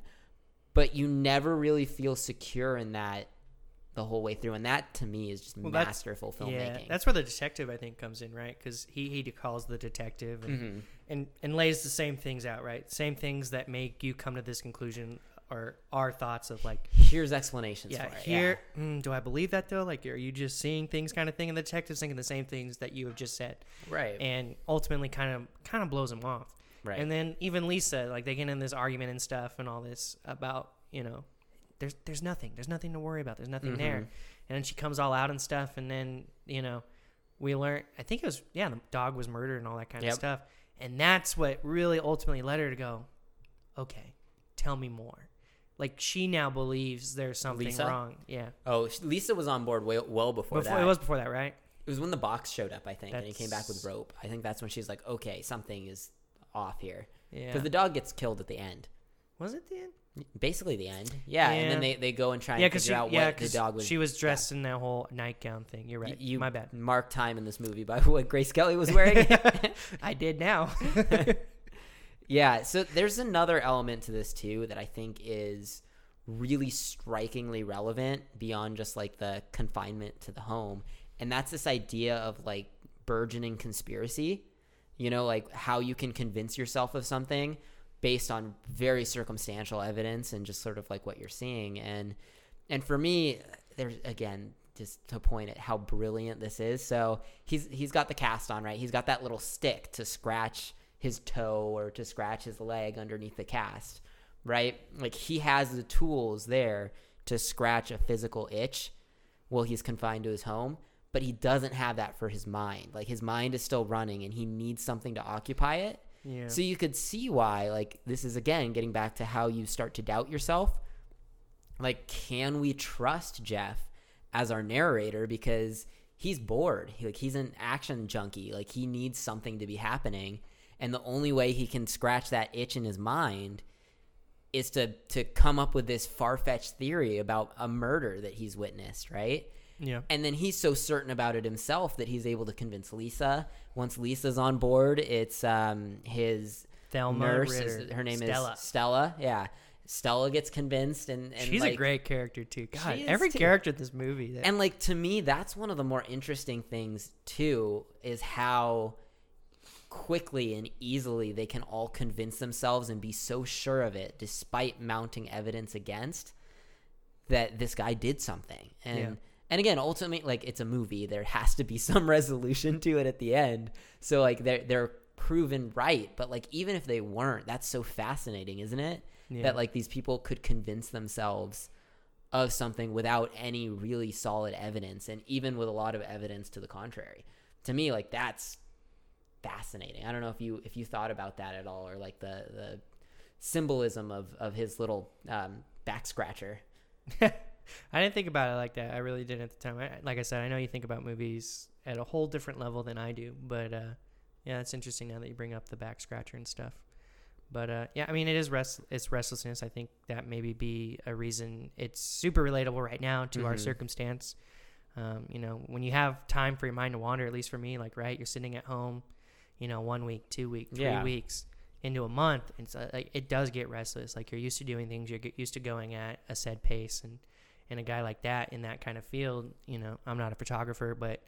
A: but you never really feel secure in that the whole way through and that to me is just
B: Well, that's-
A: masterful
B: Yeah,
A: filmmaking.
B: that's where the detective I think comes in, right? Because he he calls the detective
A: Mm-hmm.
B: and, and and lays the same things out, right? Same things that make you come to this conclusion or our thoughts of like,
A: Here's explanations
B: yeah,
A: for it.
B: here, mm, do I believe that though? Like, are you just seeing things kind of thing? And the detective's thinking the same things that you have just said,
A: yeah. right.
B: and ultimately kind of kind of blows him off.
A: Right.
B: And then even Lisa, like they get in this argument and stuff and all this about, you know, there's there's nothing. There's nothing to worry about. There's nothing there. And
A: Mm-hmm.
B: then she comes all out and stuff and then, you know, we learn I think it was yeah, the dog was murdered and all that kind
A: Yep.
B: of stuff. And that's what really ultimately led her to go, Okay, tell me more. Like she now believes there's something
A: Lisa?
B: wrong. Yeah.
A: oh, sh- Lisa was on board way, well before,
B: Before,
A: that.
B: it was before that, right?
A: when the box showed up, I think, and he came back with
B: That's-
A: rope. I think that's when she's like, okay, something is off here.
B: Yeah.
A: Because the dog gets killed at the end.
B: was it the end?
A: Basically, the end. Yeah, and then
B: Yeah.
A: they, they go and try and
B: yeah, because
A: figure out what the dog was.
B: she was dressed in that whole nightgown thing. You're right.
A: you
B: My bad.
A: mark time in this movie by what Grace Kelly was wearing.
B: I did now.
A: Yeah, so there's another element to this too that I think is really strikingly relevant beyond just like the confinement to the home. And that's this idea of like burgeoning conspiracy, you know, like how you can convince yourself of something based on very circumstantial evidence and just sort of like what you're seeing. And and for me, there's again just to point at how brilliant this is. So he's he's got the cast on, right? He's got that little stick to scratch his toe or to scratch his leg underneath the cast, right? Like he has the tools there to scratch a physical itch while he's confined to his home, but he doesn't have that for his mind. Like his mind is still running and he needs something to occupy it.
B: yeah.
A: So you could see why, like, this is again getting back to how you start to doubt yourself. Like, can we trust Jeff as our narrator because he's bored? He, like, he's an action junkie. Like, he needs something to be happening, and the only way he can scratch that itch in his mind is to to come up with this far fetched theory about a murder that he's witnessed, right?
B: yeah.
A: And then he's so certain about it himself that he's able to convince Lisa. Once Lisa's on board, it's um, his
B: Thelma
A: nurse.
B: Ritter.
A: Is, her name
B: Stella.
A: is Stella. Yeah, Stella gets convinced, and, and
B: She's
A: like,
B: a great character too. God,
A: is
B: every
A: too.
B: character in this movie. that-
A: And like to me, that's one of the more interesting things too is how quickly and easily they can all convince themselves and be so sure of it despite mounting evidence against that this guy did something. And
B: Yeah.
A: and again, ultimately like it's a movie, there has to be some resolution to it at the end. So like they're they're proven right, but like even if they weren't, that's so fascinating, isn't it?
B: Yeah.
A: That like these people could convince themselves of something without any really solid evidence and even with a lot of evidence to the contrary to me like that's fascinating i don't know if you if you thought about that at all or like the the symbolism of of his little um back scratcher
B: I didn't think about it like that. I really didn't at the time. I, like I said, I know you think about movies at a whole different level than I do, but uh, yeah, it's interesting now that you bring up the back scratcher and stuff. But uh, yeah, I mean, it is rest. It's restlessness. I think that maybe be a reason. It's super relatable right now to our
A: Mhm.
B: circumstance. Um, you know, when you have time for your mind to wander, at least for me, like right, you're sitting at home, you know, one week, two week, three
A: Yeah.
B: weeks into a month, and so, like it does get restless. Like you're used to doing things, you're get used to going at a said pace, and and a guy like that in that kind of field, you know, I'm not a photographer, but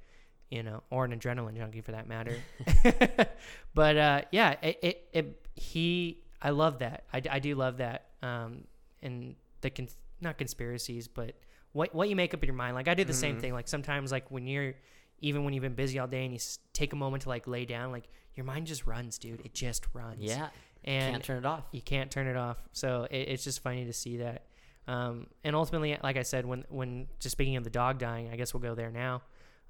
B: you know, or an adrenaline junkie for that matter. but uh, yeah, it, it, it he I love that. I, d- I do love that. Um, and the cons- not conspiracies, but what what you make up in your mind. Like I do the same
A: Mhm.
B: thing. Like sometimes, like when you're even when you've been busy all day and you s- take a moment to like lay down, like your mind just runs, dude. It just runs.
A: yeah
B: and
A: can't turn it off
B: you can't turn it off. So it, it's just funny to see that. Um, and ultimately, like I said, when when just speaking of the dog dying, I guess we'll go there now.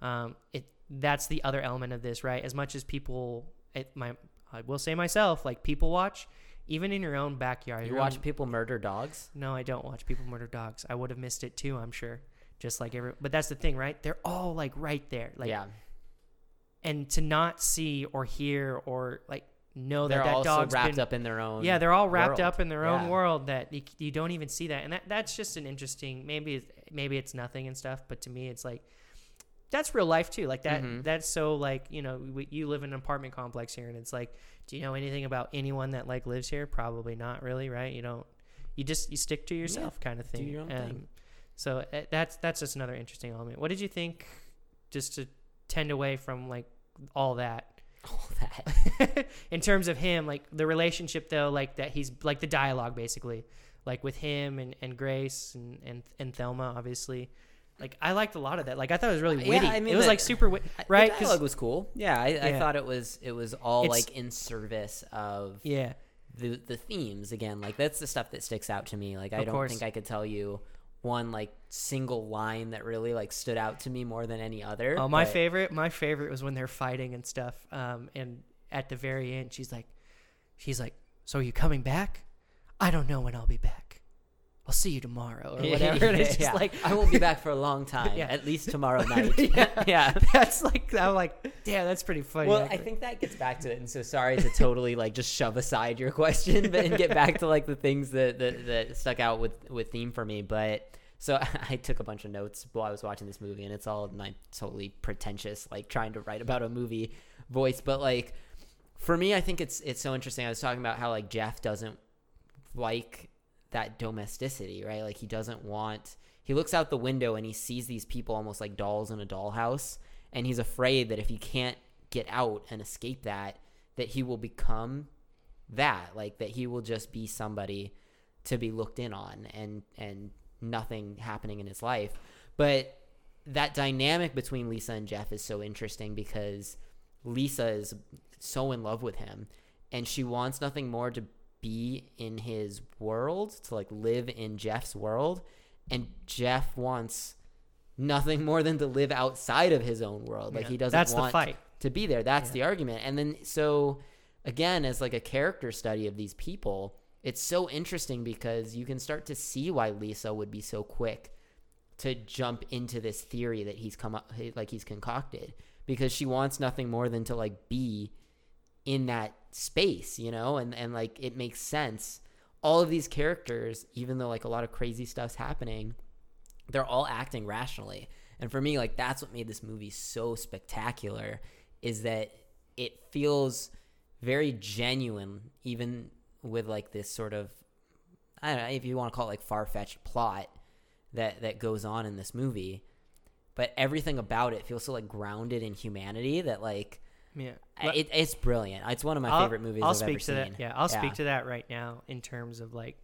B: Um, it that's the other element of this, right? As much as people, it, my I will say myself, like people watch, even in your own backyard.
A: you
B: your
A: watch
B: own-
A: people murder dogs
B: no, I don't watch people murder dogs. I would have missed it too, I'm sure. Just like every, but that's the thing, right? They're all like right there, like,
A: yeah
B: and to not see or hear or like know
A: they're
B: oh, that that
A: all so
B: dog's
A: wrapped
B: been
A: up in their own
B: yeah they're all wrapped
A: world.
B: up in their own
A: Yeah.
B: world that you, you don't even see that and that, that's just an interesting maybe it's, maybe it's nothing and stuff but to me it's like that's real life too like that
A: Mhm.
B: that's so like you know we, you live in an apartment complex here and it's like do you know anything about anyone that like lives here probably not really right you don't you just you stick to yourself kind of thing
A: your own thing.
B: so uh, that's that's just another interesting element what did you think just to tend away from like all that
A: all that
B: in terms of him, like the relationship though, like that he's like the dialogue basically, like with him and, and Grace and, and and Thelma, obviously. Like I liked a lot of that. Like I thought it was really
A: Yeah,
B: witty.
A: I mean,
B: it was
A: the-
B: like super witty,
A: I-
B: right?
A: the
B: 'Cause-
A: dialogue was cool yeah i, I
B: Yeah.
A: thought it was it was all
B: It's-
A: like in service of
B: yeah,
A: the the themes again like that's the stuff that sticks out to me like i
B: Of
A: don't
B: course.
A: think i could tell you one like single line that really like stood out to me more than any other
B: Oh, my
A: but-
B: favorite, my favorite was when they're fighting and stuff. Um, and at the very end, she's like, she's like, "So are you coming back? I don't know when I'll be back. I'll see you tomorrow or whatever." and it's just
A: Yeah.
B: like
A: i won't be back for a long time
B: Yeah.
A: at least tomorrow night yeah
B: that's like I'm like, yeah, that's pretty funny.
A: well i
B: actually."
A: think that gets back to it and so sorry to totally like just shove aside your question but and get back to like the things that that, that stuck out with with theme for me but so I took a bunch of notes while I was watching this movie, and it's all my totally pretentious, like trying to write about a movie voice. But like, for me, I think it's it's so interesting. I was talking about how like Jeff doesn't like that domesticity, right? Like he doesn't want. He looks out the window and he sees these people almost like dolls in a dollhouse, and he's afraid that if he can't get out and escape that, that he will become that, like that he will just be somebody to be looked in on and and nothing happening in his life. But that dynamic between Lisa and Jeff is so interesting because Lisa is so in love with him and she wants nothing more to be in his world, to like live in Jeff's world. And Jeff wants nothing more than to live outside of his own world. Like
B: Yeah,
A: he doesn't
B: that's
A: want
B: the fight.
A: to be there. That's the argument. And then so again, as like a character study of these people, it's so interesting because you can start to see why Lisa would be so quick to jump into this theory that he's come up like he's concocted because she wants nothing more than to like be in that space, you know, and and like it makes sense. All of these characters, even though like a lot of crazy stuff's happening, they're all acting rationally. And for me, like that's what made this movie so spectacular is that it feels very genuine, even with like this sort of I don't know if you want to call it like far fetched plot that that goes on in this movie. But everything about it feels so like grounded in humanity that like
B: Yeah.
A: I- it, it's brilliant. It's one of my
B: I'll-
A: favorite movies
B: I'll
A: have
B: speak
A: ever
B: to
A: seen.
B: that. Yeah, I'll speak to that right now in terms of like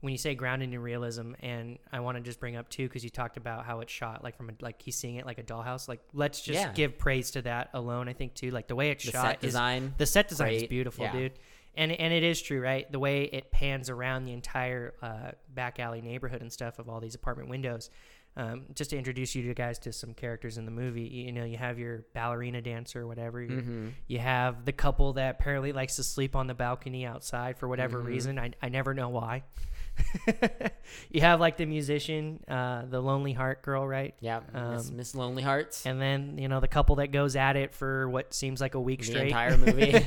B: when you say grounded in realism, and I want to just bring up too because you talked about how it's shot, like from a, like he's seeing it like a dollhouse. Like let's just
A: Yeah.
B: give praise to that alone. I think too, like the way it's
A: the
B: shot
A: set
B: is
A: design.
B: the set design is
A: Great.
B: beautiful,
A: Yeah.
B: dude. And and it is true, right? The way it pans around the entire uh, back alley neighborhood and stuff of all these apartment windows. Um, just to introduce you to guys to some characters in the movie, you, you know, you have your ballerina dancer, or whatever.
A: Mm-hmm.
B: your- You have the couple that apparently likes to sleep on the balcony outside for whatever
A: Mm-hmm.
B: reason. I, I never know why. you have like the musician, uh, the lonely heart girl, right?
A: yeah, Miss,
B: um,
A: Miss Lonely Hearts.
B: And then you know the couple that goes at it for what seems like a week
A: The
B: straight
A: entire movie.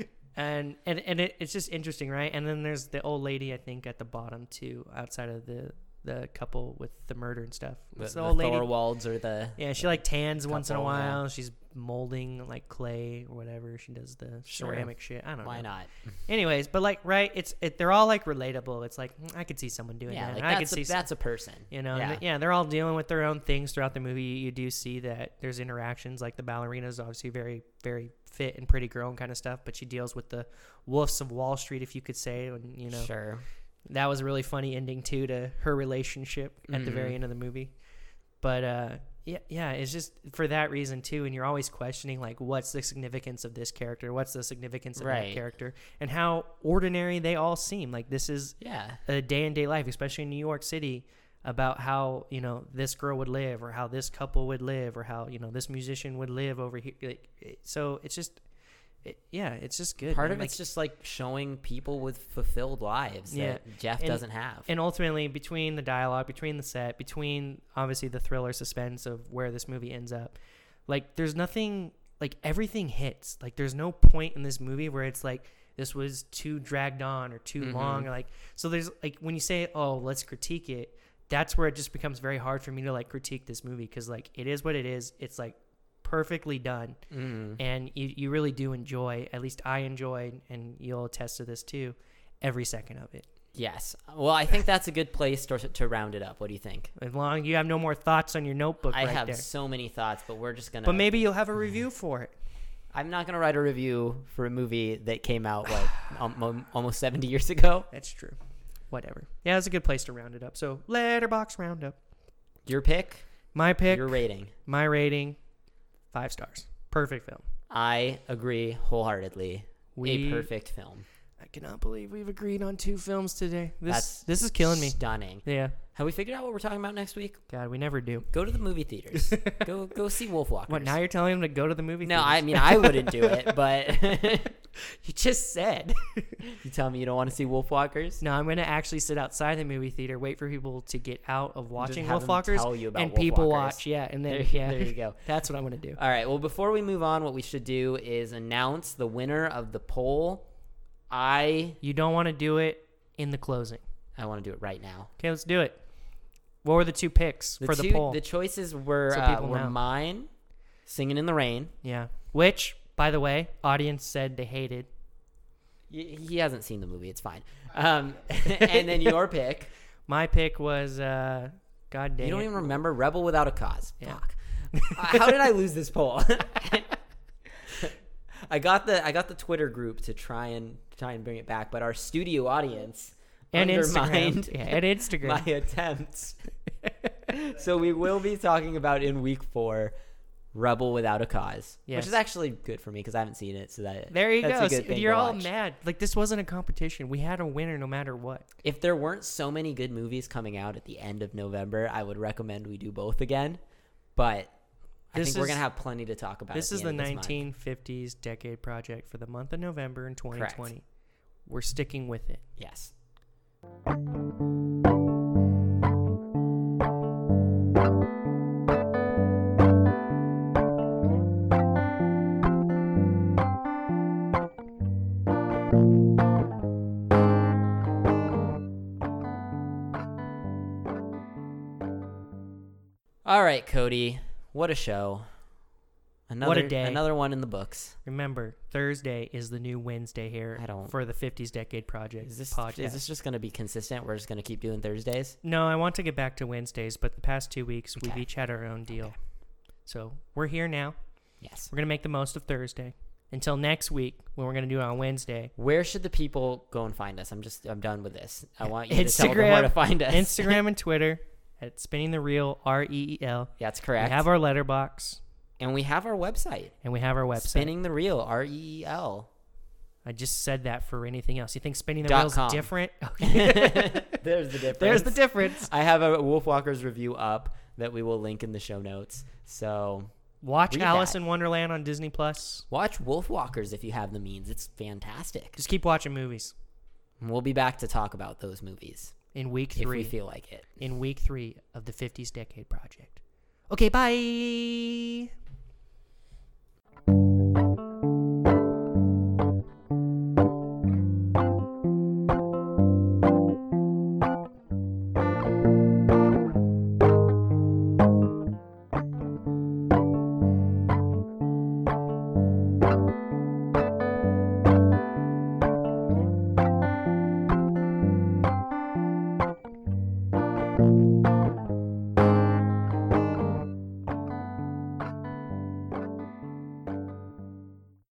B: and and and it, it's just interesting, right? And then there's the old lady, I think, at the bottom too, outside of the the couple with the murder and stuff.
A: the,
B: It's
A: the
B: the, old lady.
A: Thorwalds or the
B: Yeah, she like tans once in a
A: couple, yeah.
B: while. She's molding like clay or whatever. She does the
A: Sure.
B: ceramic shit. I don't
A: why
B: know.
A: not?
B: Anyways, but like, right? It's it, they're all like relatable. It's like mm, I could see someone doing
A: Yeah,
B: that.
A: like
B: and I could
A: that's
B: see
A: a,
B: some-
A: that's a person.
B: you know,
A: yeah.
B: and th- yeah, they're all dealing with their own things throughout the movie. You do see that there's interactions, like the ballerina's obviously very, very fit and pretty girl and kind of stuff, but she deals with the wolves of Wall Street, if you could say. And you know,
A: sure.
B: that was a really funny ending too to her relationship at the very
A: Mhm.
B: end of the movie. But uh, yeah, yeah, it's just for that reason too. And you're always questioning like, what's the significance of this character? What's the significance of
A: Right.
B: that character? And how ordinary they all seem. Like this is
A: Yeah.
B: a day in day life, especially in New York City, about how you know this girl would live, or how this couple would live, or how you know this musician would live over here. Like, it- so it's just, it, yeah, it's just good.
A: Part
B: man.
A: of
B: Like,
A: it's just like showing people with fulfilled lives
B: Yeah.
A: that Jeff
B: And-
A: doesn't have.
B: and ultimately between the dialogue, between the set, between obviously the thriller suspense of where this movie ends up, like there's nothing like everything hits. Like there's no point in this movie where it's like this was too dragged on or too
A: Mhm.
B: long or like so there's like when you say oh let's critique it that's where it just becomes very hard for me to like critique this movie because like it is what it is it's like perfectly done
A: mm.
B: and you, you really do enjoy at least i enjoy and you'll attest to this too every second of it
A: Yes. Well, I think that's a good place to, to round it up. What do you think?
B: As long you have no more thoughts on your notebook
A: I
B: right
A: have
B: there.
A: so many thoughts, but we're just gonna.
B: But maybe you'll have a review for it.
A: I'm not gonna write a review for a movie that came out like um, almost 70 years ago.
B: That's true. Whatever. Yeah, that's a good place to round it up. So letterbox roundup.
A: Your pick,
B: My pick,
A: your rating.
B: my rating, five stars. Perfect film.
A: I agree wholeheartedly.
B: We-
A: a perfect film.
B: I cannot believe we've agreed on two films today. This
A: That's
B: this is killing me.
A: Stunning.
B: Yeah.
A: Have we figured out what we're talking about next week?
B: God, we never do.
A: Go to the movie theaters. go go see Wolf Walkers.
B: What now? You're telling them to go to the movie?
A: No, I
B: theaters?
A: mean I wouldn't do it, but
B: you just said.
A: you tell me you don't want to see Wolf Walkers.
B: No, I'm gonna actually sit outside the movie theater, wait for people to get out of watching
A: have
B: Wolf
A: them
B: Walkers,
A: tell you about
B: and
A: Wolf
B: people
A: Walkers.
B: watch. Yeah, and then
A: There,
B: yeah,
A: there you go.
B: That's what I'm gonna do.
A: All right. Well, before we move on, what we should do is announce the winner of the poll. I
B: You don't want to do it in the closing.
A: I want to do it right now.
B: Okay, let's do it. What were the two picks for the
A: two-
B: poll?
A: the choices were
B: So
A: uh,
B: people
A: were
B: know.
A: mine, "Singing in the Rain."
B: yeah, which, by the way, audience said they hated.
A: Y- he hasn't seen the movie. It's fine. Um, and then your pick.
B: My pick was, uh, God dang
A: You don't
B: it.
A: even remember "Rebel Without a Cause."
B: Yeah.
A: Fuck. Uh, How did I lose this poll? I got the I got the Twitter group to try and try and bring it back, but our studio audience
B: and
A: undermined
B: Instagram. Yeah, and Instagram.
A: my attempts. so we will be talking about in week four, "Rebel Without a Cause,"
B: Yes.
A: which is actually good for me because I haven't seen it. So that
B: there you
A: that's
B: go.
A: A good
B: See,
A: thing to
B: You're all
A: watch.
B: mad. Like this wasn't a competition. We had a winner no matter what.
A: If there weren't so many good movies coming out at the end of November, I would recommend we do both again. But I
B: This
A: think we're
B: is-
A: gonna have plenty to talk about.
B: This
A: at
B: is the
A: end of this month.
B: 1950s decade project for the month of November in 2020. We're sticking with it.
A: Yes. All right, Cody. What a show. Another,
B: day.
A: Another one in the books.
B: Remember, Thursday is the new Wednesday here
A: I don't-
B: for the 50s Decade Project
A: Is this
B: podcast.
A: is this just going to be consistent? We're just going to keep doing Thursdays.
B: No, I want to get back to Wednesdays, but the past two weeks we've
A: Okay.
B: each had our own deal. So we're here now.
A: Yes.
B: We're going to make the most of Thursday until next week when we're going to do it on Wednesday.
A: Where should the people go and find us? I'm just I'm done with this. I want you to tell them
B: Instagram-
A: where to find us.
B: Instagram and Twitter at Spinning the Reel, R E E L.
A: Yeah, That's
B: We
A: correct.
B: have our letterbox
A: and we have our website.
B: and we have our website.
A: Spinning the reel, R E E L.
B: I just said that for anything else. You think Spinning the
A: Dot
B: Reel is
A: com.
B: different? Okay.
A: There's the difference.
B: There's the difference.
A: I have a Wolf Walkers review up that we will link in the show notes. So
B: Watch
A: Read
B: Alice
A: that.
B: in Wonderland on Disney Plus.
A: watch Wolf Walkers if you have the means. It's fantastic.
B: Just keep watching movies
A: And we'll be back to talk about those movies
B: in week
A: if
B: three.
A: we feel like it.
B: in week three of the 50s Decade Project. Okay, bye.